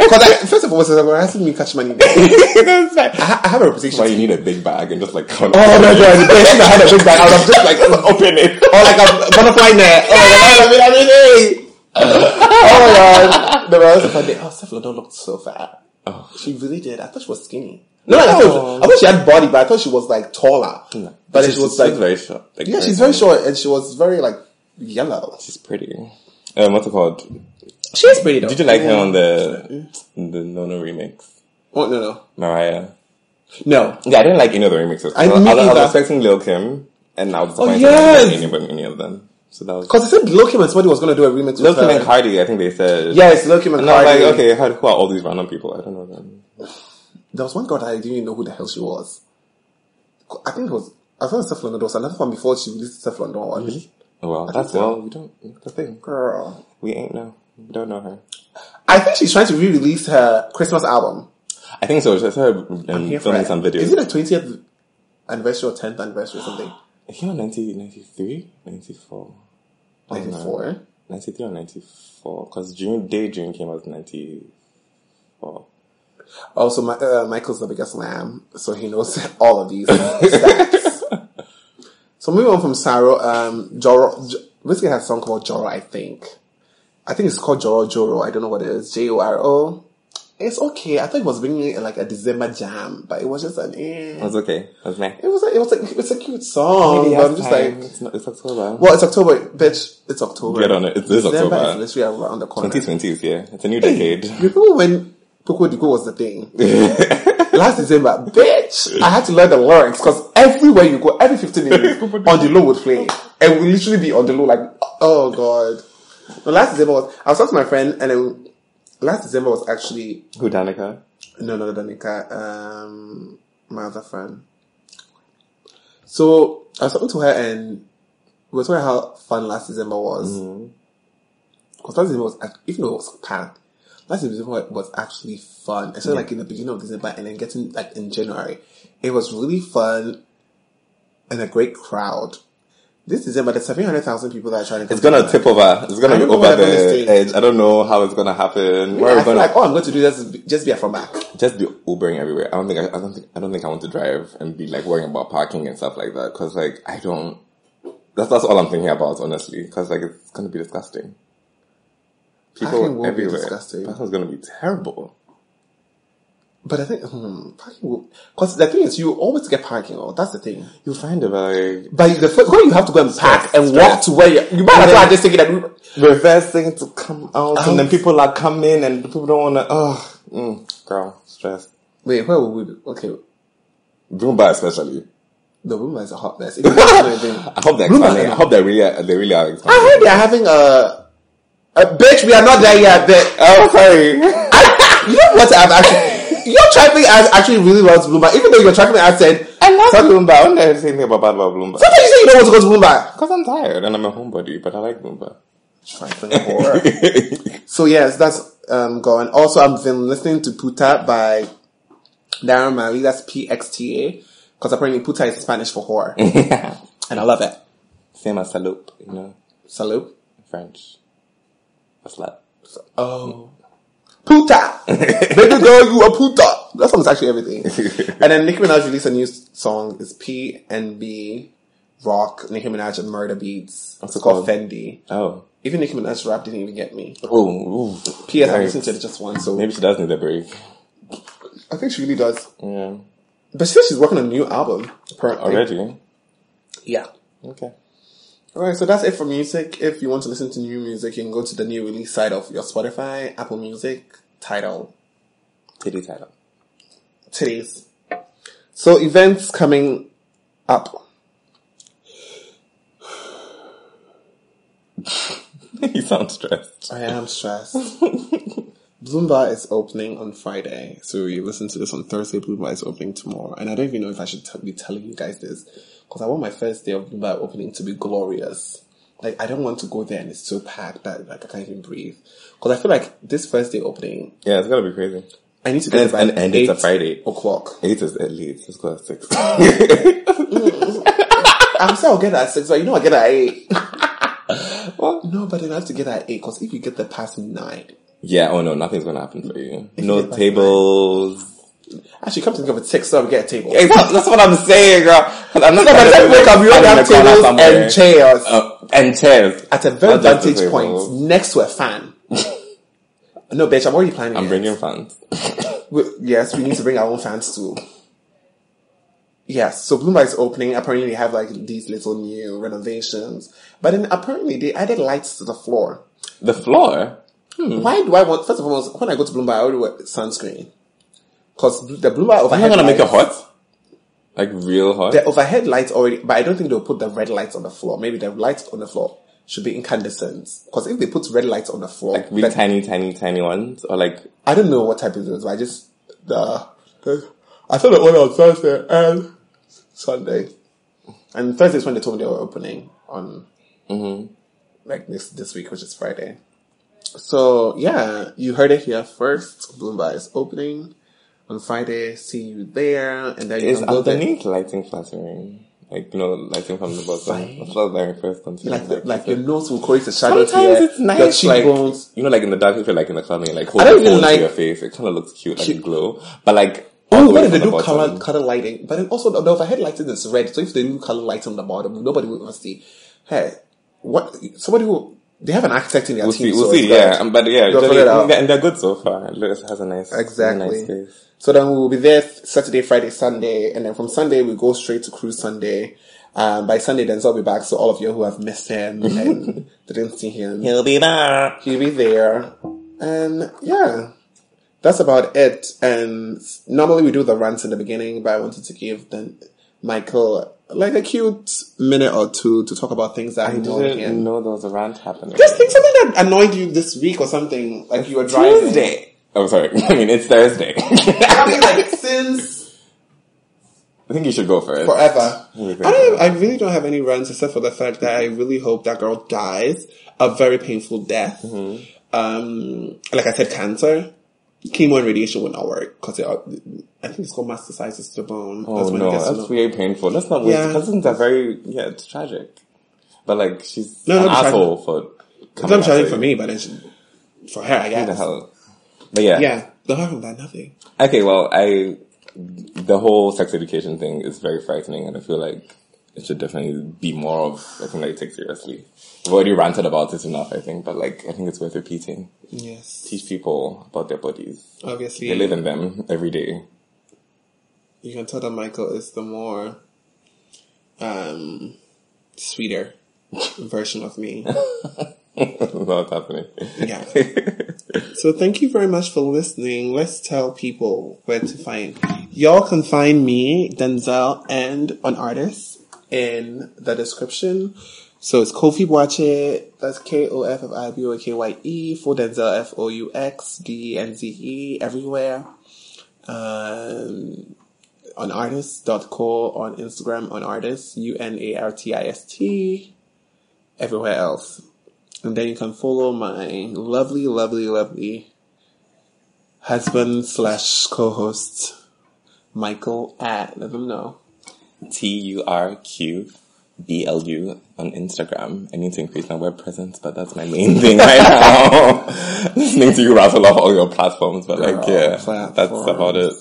S3: because first of all, it was like, "Why hasn't me catch money?" I,
S4: That's like-
S3: ha- I have a reputation.
S4: Why
S3: to
S4: you need a big bag and just like count
S3: Oh my god, the person that had a big bag, I was just like, oh,
S4: open it.
S3: like a butterfly net. Oh my god, I mean, I mean, hey. Oh my god. The rest of her day, oh, Steph London looked so fat.
S4: Oh.
S3: She really did. I thought she was skinny. No, no, I, thought, I thought she had body, but I thought she was like taller. But she was like,
S4: Hmm. Oh. very short. Like,
S3: yeah, she's very short and she was very like yellow.
S4: She's pretty. Um, what's it called?
S3: She's pretty though.
S4: Did you like her on the the Nona remix,
S3: Oh, no, no.
S4: Mariah?
S3: No.
S4: Yeah, I didn't like any of the remixes.
S3: I-
S4: I, was,
S3: me
S4: I was
S3: either.
S4: expecting Lil Kim, and I was disappointed in
S3: yes!
S4: any, of- any of them. So that was
S3: Because they said Lil Kim and somebody was going to do a remix
S4: Lil
S3: with
S4: Kim
S3: her.
S4: and Cardi. I think they said
S3: Yes, Lil Kim and
S4: And I was
S3: Cardi.
S4: like, okay, how, who are all these random people? I don't know them.
S3: There was one girl that I didn't even know who the hell she was. I think it was. I thought it was Steph London. There was another one before she released Steph London one.
S4: Oh, Well, that's
S3: so.
S4: well, we don't. That's the thing.
S3: Girl.
S4: We ain't know. We don't know her.
S3: I think she's trying to re-release her Christmas album.
S4: I think so. Just her um,
S3: Here for
S4: filming
S3: it.
S4: some videos.
S3: Is it the twentieth anniversary or tenth anniversary or something?
S4: Is he on 90, 93? 94? I don't know.
S3: Ninety-four. eh?
S4: 93 or 94? Because June, Day June came out 94.
S3: Also, my, uh, Michael's the biggest lamb, so he knows all of these stats. so moving on from Saro, um, Joro, J- basically has a song called Joro, I think. I think it's called Joro Joro. I don't know what it is. J O R O. It's okay. I thought it was bringing in like a December jam, but it was just an. Eh.
S4: That's okay. That's nice.
S3: It was a, it was a, it's a cute song,
S4: Maybe
S3: but I'm
S4: it's
S3: just
S4: time.
S3: like,
S4: it's, not, it's October.
S3: well, it's October, bitch. It's October.
S4: Get on it. It's this
S3: December
S4: October.
S3: is literally around the corner.
S4: 2020s, yeah. It's a new decade.
S3: You remember when Poco Dico was the thing? Last December, bitch, I had to learn the lyrics because everywhere you go, every 15 minutes, on the low would play. And we literally be on the low like, oh god. No, last December was, I was talking to my friend and then last December was actually,
S4: Who, Danica?
S3: no, no, no, Danica, um, my other friend. So I was talking to her and we were talking how fun last December was.
S4: Mm-hmm.
S3: Because last December was, act- even though it was packed, last December was actually fun. Especially like in the beginning of December and then getting like in January. It was really fun and a great crowd. This December, there's 700,000 people that are trying to
S4: It's gonna tip over. It's gonna
S3: I
S4: be
S3: don't know
S4: over
S3: what I'm gonna
S4: the
S3: do.
S4: edge. I don't know how it's gonna happen. Where
S3: I
S4: are we
S3: feel
S4: gonna
S3: like all I'm going to do is just- just be a from back.
S4: just be Ubering everywhere. I don't think I, I don't think I don't think I want to drive and be like worrying about parking and stuff like that because like I don't. That's that's all I'm thinking about honestly because like it's gonna be disgusting.
S3: Parking
S4: People
S3: will be
S4: everywhere.
S3: disgusting.
S4: Parking's gonna be terrible.
S3: But I think, hmm, parking because the thing is, you always get parking. Oh, that's the thing.
S4: You find it like
S3: But the first, when you have to go and park and walk
S4: stress.
S3: to where you, you might
S4: And
S3: as well
S4: then-
S3: just take it and
S4: reversing to come out,
S3: Out.
S4: and then people are coming and people don't wanna. Oh, mm, girl, stress.
S3: wait. Where would we? Okay,
S4: Roomba especially.
S3: the room is a hot mess. If you don't know anything-
S4: I hope they're
S3: Roomba
S4: expanding.
S3: and-
S4: I hope they really are, they really are
S3: I
S4: expanding. Uh,
S3: heard they're having uh, a, a bitch. We are not there yet. Bitch.
S4: Oh, sorry.
S3: I, you know what? I've actually your traffic ass actually really loves Bloomba, even though your traffic ass said.
S4: I love Roomba. I don't know anything about bad about Roomba.
S3: Sometimes you say you don't want to go to Bloomba.
S4: Because I'm tired and I'm a homebody, but I like Roomba.
S3: So yes, that's um going. Also, I've been listening to Puta by Darren Mali. That's P X T A because apparently Puta is Spanish for whore, and I love it.
S4: Same as salope, you know,
S3: Salute.
S4: in French. A slut.
S3: Oh. Puta! Baby girl, you a puta! That song's actually everything. and then Nicki Minaj released a new s- song. It's P and B Rock, Nicki Minaj and Murder Beats.
S4: What's
S3: it's
S4: it
S3: called
S4: called?
S3: Fendi.
S4: Oh.
S3: Even Nicki Minaj's rap didn't even get me.
S4: Oh, ooh.
S3: P.S. I
S4: Yikes.
S3: listened to it just once, so
S4: Maybe she does need a break.
S3: I think she really does.
S4: Yeah.
S3: But she said she's working on a new album. Apparently.
S4: Already?
S3: Yeah.
S4: Okay.
S3: Alright, so that's it for music. If you want to listen to new music, you can go to the new release side of your Spotify, Apple Music, title,
S4: Titty title.
S3: today's. So events coming up.
S4: you sound stressed.
S3: I am stressed. Bloomba is opening on Friday, so you listen to this on Thursday. Bloomba is opening tomorrow, and I don't even know if I should t- be telling you guys this because I want my first day of Bloomba opening to be glorious. Like I don't want to go there and it's so packed that like I can't even breathe because I feel like this first day opening
S4: Yeah, it's gonna be crazy.
S3: I need to get
S4: And-
S3: there by
S4: and- and it's a
S3: 8
S4: Friday.
S3: o'clock.
S4: Eight is at least. It's close to six.
S3: I'm sure I'll get that at six, but you know I get that at eight. No, but then I have to get that at eight because if you get there past nine,
S4: yeah, oh no, nothing's gonna happen for you.
S3: If you
S4: no
S3: get back
S4: tables.
S3: actually come to think of it, six, so I'll get a table.
S4: Exactly, that's what I'm saying, girl. 'Cause I'm not
S3: No, by the time you wake up, you
S4: I'm
S3: already
S4: in
S3: have
S4: the corner
S3: tables
S4: somewhere.
S3: and chairs.
S4: Uh, and chairs.
S3: at a very
S4: Not just the
S3: vantage
S4: tables.
S3: point next to a fan. no, bitch, I'm already planning.
S4: I'm
S3: it.
S4: bringing fans.
S3: We- yes, we need to bring our own fans too. Yes, so Bloomberg is opening. Apparently, they have like these little new renovations, but then apparently they added lights to the floor.
S4: The floor? Hmm.
S3: Why do I want? First of all, when I go to Bloomberg, I already wear sunscreen because the Bloomberg
S4: Are
S3: overhead.
S4: you gonna make
S3: lights-
S4: it hot? Like real hot?
S3: The overhead lights already, but I don't think they'll put the red lights on the floor. Maybe the lights on the floor should be incandescent because if they put red lights on the floor,
S4: like really
S3: then-
S4: tiny, tiny, tiny ones? Or like,
S3: I don't know what type it is. But I just the, the I saw the order on Thursday and Sunday, and Thursday is when they told me they were opening on
S4: Mm-hmm.
S3: like this this week, which is Friday. So yeah, you heard it here first. Bloomba is opening on Friday. See you there, and then you
S4: is
S3: can go there.
S4: underneath lighting flattering? Like, you know, lighting from the bottom.
S3: Fine.
S4: That's what very first concern.
S3: Like, the, like your nose will create a shadow
S4: Sometimes
S3: here.
S4: it's nice,
S3: Your
S4: like
S3: cheekbones.
S4: you know, like in the dark, if you're like in the club and you like hold
S3: I don't even
S4: your phone
S3: like-
S4: to your face, it kind of looks cute, like a
S3: Cute.
S4: glow. But like, all
S3: Oh,
S4: the way
S3: what if
S4: from
S3: they do
S4: the
S3: color
S4: bottom,
S3: color lighting? But then also the the overhead lighting is red, so if they do color lighting on the bottom, nobody will ever see. Hey, what? Somebody who they have an architect in their
S4: we'll
S3: team.
S4: see, we'll
S3: so
S4: see.
S3: it's good.
S4: Yeah, um, but yeah,
S3: They'll
S4: generally-
S3: figure it out.
S4: and they're good so far. It looks- has a nice,
S3: exactly.
S4: nice face.
S3: so then we will be there Saturday, Friday, Sunday, and then from Sunday we go straight to Cruise Sunday. Um, by Sunday, Denzel will be back. So all of you who have missed him and didn't see him,
S4: He'll be back.
S3: he'll be there. And yeah, that's about it. And s- normally we do the rants in the beginning, but I wanted to give then Michael like a cute minute or two to talk about things that
S4: I
S3: annoy
S4: didn't
S3: him.
S4: know there was a rant happening.
S3: Just think something that annoyed you this week or something, like you were driving.
S4: Tuesday. Oh, sorry. I mean, it's Thursday.
S3: Something
S4: I
S3: like since
S4: think you should go first.
S3: forever. I
S4: Yeah, thank you.
S3: don't. I really don't have any rants except for the fact that I really hope that girl dies a very painful death.
S4: Mm-hmm.
S3: Um, like I said, cancer. Chemo and radiation will not work because I think it's called mastocytosis to the bone.
S4: Oh
S3: when it
S4: no,
S3: gets to
S4: that's
S3: the-
S4: really painful. That's not weird.
S3: Yeah.
S4: Cousins are very yeah, it's tragic. But like she's
S3: No,
S4: an
S3: not tragic.
S4: asshole for
S3: It's
S4: coming
S3: not
S4: after
S3: challenging for
S4: you.
S3: me, but it's for her, I
S4: Who the
S3: guess.
S4: hell? But yeah.
S3: Yeah, the her from that nothing.
S4: Okay, well I the whole sex education thing is very frightening and I feel like it should definitely be more of I think like take seriously. We've already ranted about it enough, I think, but like I think it's worth repeating.
S3: Yes,
S4: Teach people about their bodies.
S3: obviously
S4: They live in them every day.
S3: you can tell that Michael is the more um sweeter version of me.
S4: That's what's happening.
S3: Yeah. so thank you very much for listening. Let's tell people where to find y'all can find me, Denzel, and an artist in the description. So it's Kofi Boache, that's K O F F I B O A K Y E for Denzel F O U X D E N Z E everywhere. Um on artist.co on Instagram on artist U N A R T I S T everywhere else. And then you can follow my lovely, lovely, lovely husband slash co-host, Michael, at, let them know.
S4: T U R Q B L U on Instagram. I need to increase my web presence, but that's my main thing right now. Listening to you rattle off all your platforms, but like,
S3: Girl,
S4: yeah, that's
S3: platforms.
S4: about it.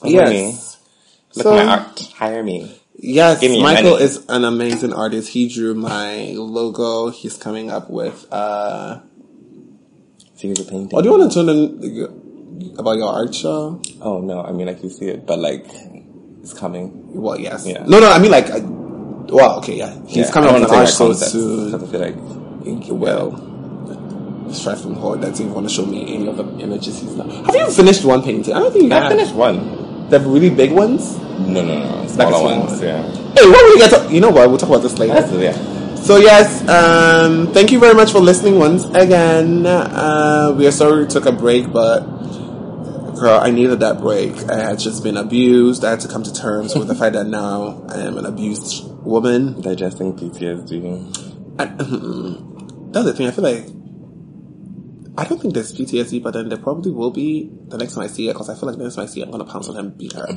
S4: That's my name. Look at
S3: So-
S4: my art. Hire me.
S3: Yes,
S6: Give me your
S3: Michael
S6: money.
S3: is an amazing artist. He drew my logo. He's coming up with. uh
S4: Series of painting.
S3: Oh, do you want to tell them about your art show?
S4: Oh no, I mean I can see it, but like it's coming.
S3: Well, yes.
S4: Yeah.
S3: No, no. I mean, like, I, well, okay, yeah. He's
S4: Yeah,
S3: coming
S4: I
S3: up
S4: don't
S3: with an
S4: wanna
S3: art
S4: take
S3: show
S4: my concepts,
S3: soon.
S4: 'cause I feel like
S3: Well, it's right from hard. That's even want to show me any of the images he's not. Have you finished one painting? I don't think you
S4: I
S3: have.
S4: finished one.
S3: The really big ones.
S4: No, no, no,
S3: Like
S4: smaller
S3: a small
S4: ones.
S3: one.
S4: Yeah,
S3: Hey, what we get? To, you know what? We'll talk about this later.
S4: that's yeah.
S3: So yes, um, thank you very much for listening once again. Uh, we are sorry we took a break, but girl, I needed that break. I had just been abused. I had to come to terms with the fact that now I am an abused woman.
S4: Digesting PTSD.
S3: I, hmm, that's the thing. I feel like I don't think there's PTSD, but then there probably will be the next time I see her because I feel like the next time I see her, I'm gonna pounce on her and beat her.
S4: I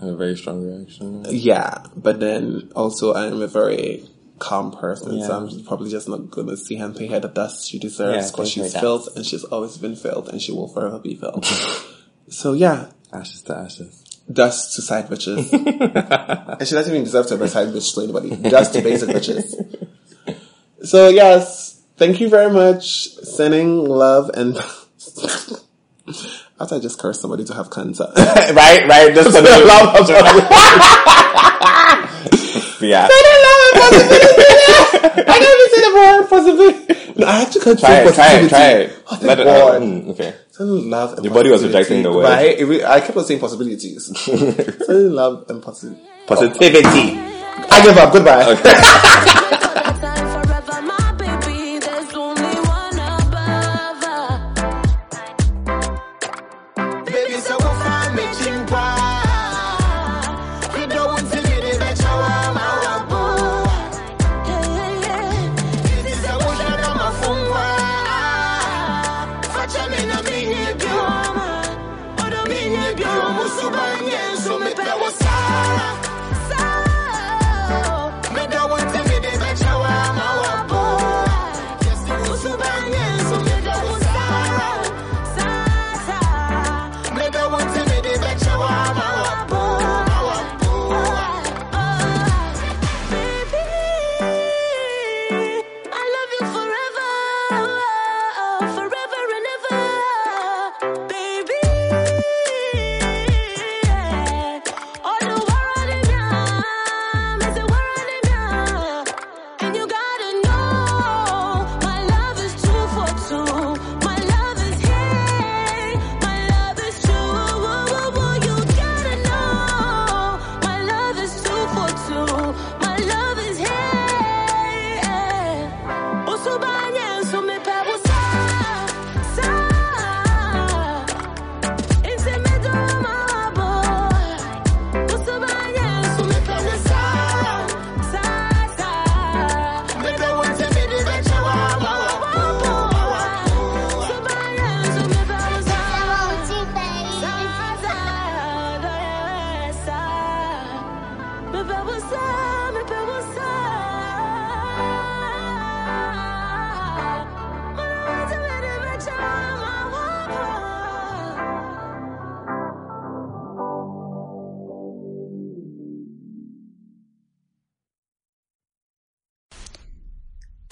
S4: have a very strong reaction.
S3: Yeah, but then also I'm a very calm person, so
S4: Yeah.
S3: I'm probably just not gonna see her and pay her the dust she deserves
S4: Yeah,
S3: because
S4: pay her
S3: she's
S4: dust.
S3: filled and she's always been filled and she will forever be filled. so yeah,
S4: Ashes to ashes.
S3: dust to side bitches. and she doesn't even deserve to have a side bitch to anybody. Dust to basic bitches. So yes, thank you very much. Sending love and after I just cursed somebody to have cancer.
S6: right, right. This is the
S3: Love of-
S6: Yeah.
S3: I don't even say the word possibility. No, I actually can't
S4: Try
S3: say
S4: it, try it,
S3: positivity.
S4: try it.
S3: Oh,
S4: Let
S3: thank
S4: it
S3: God.
S4: out. Mm, okay.
S3: Sudden love and
S4: Your body was
S3: positivity,
S4: rejecting the word.
S3: Right? It re- I kept on saying possibilities. Sudden love and positivity.
S6: Positivity.
S3: I give up. Goodbye.
S2: forever, my baby. There's only one above us.
S1: Baby, so go find me chimpa. You don't want to get it, that's how I'm out of boy. This is a wish that I'm a fool for. Fetch me na minye bioma. Odo minye bioma, usubanye, so me pe wo sara. Me don't want to get it, that's how I'm out of boy. Yes, usubanye, so me pe wo sara. Me don't want to get it, that's how I'm out of boy. Out of boy.
S2: I love you forever, forever and ever, baby. All the world in love is the world in love, and you gotta know my love is two for two. My love is here, my love is true. You gotta know my love is two for two. My love is here. Oh, Osu banye, osu me pe wo sa, sa. Into me do ma bo. Osu banye, osu me pe wo sa, sa, sa.
S1: Me don't want to be the bitch you are, my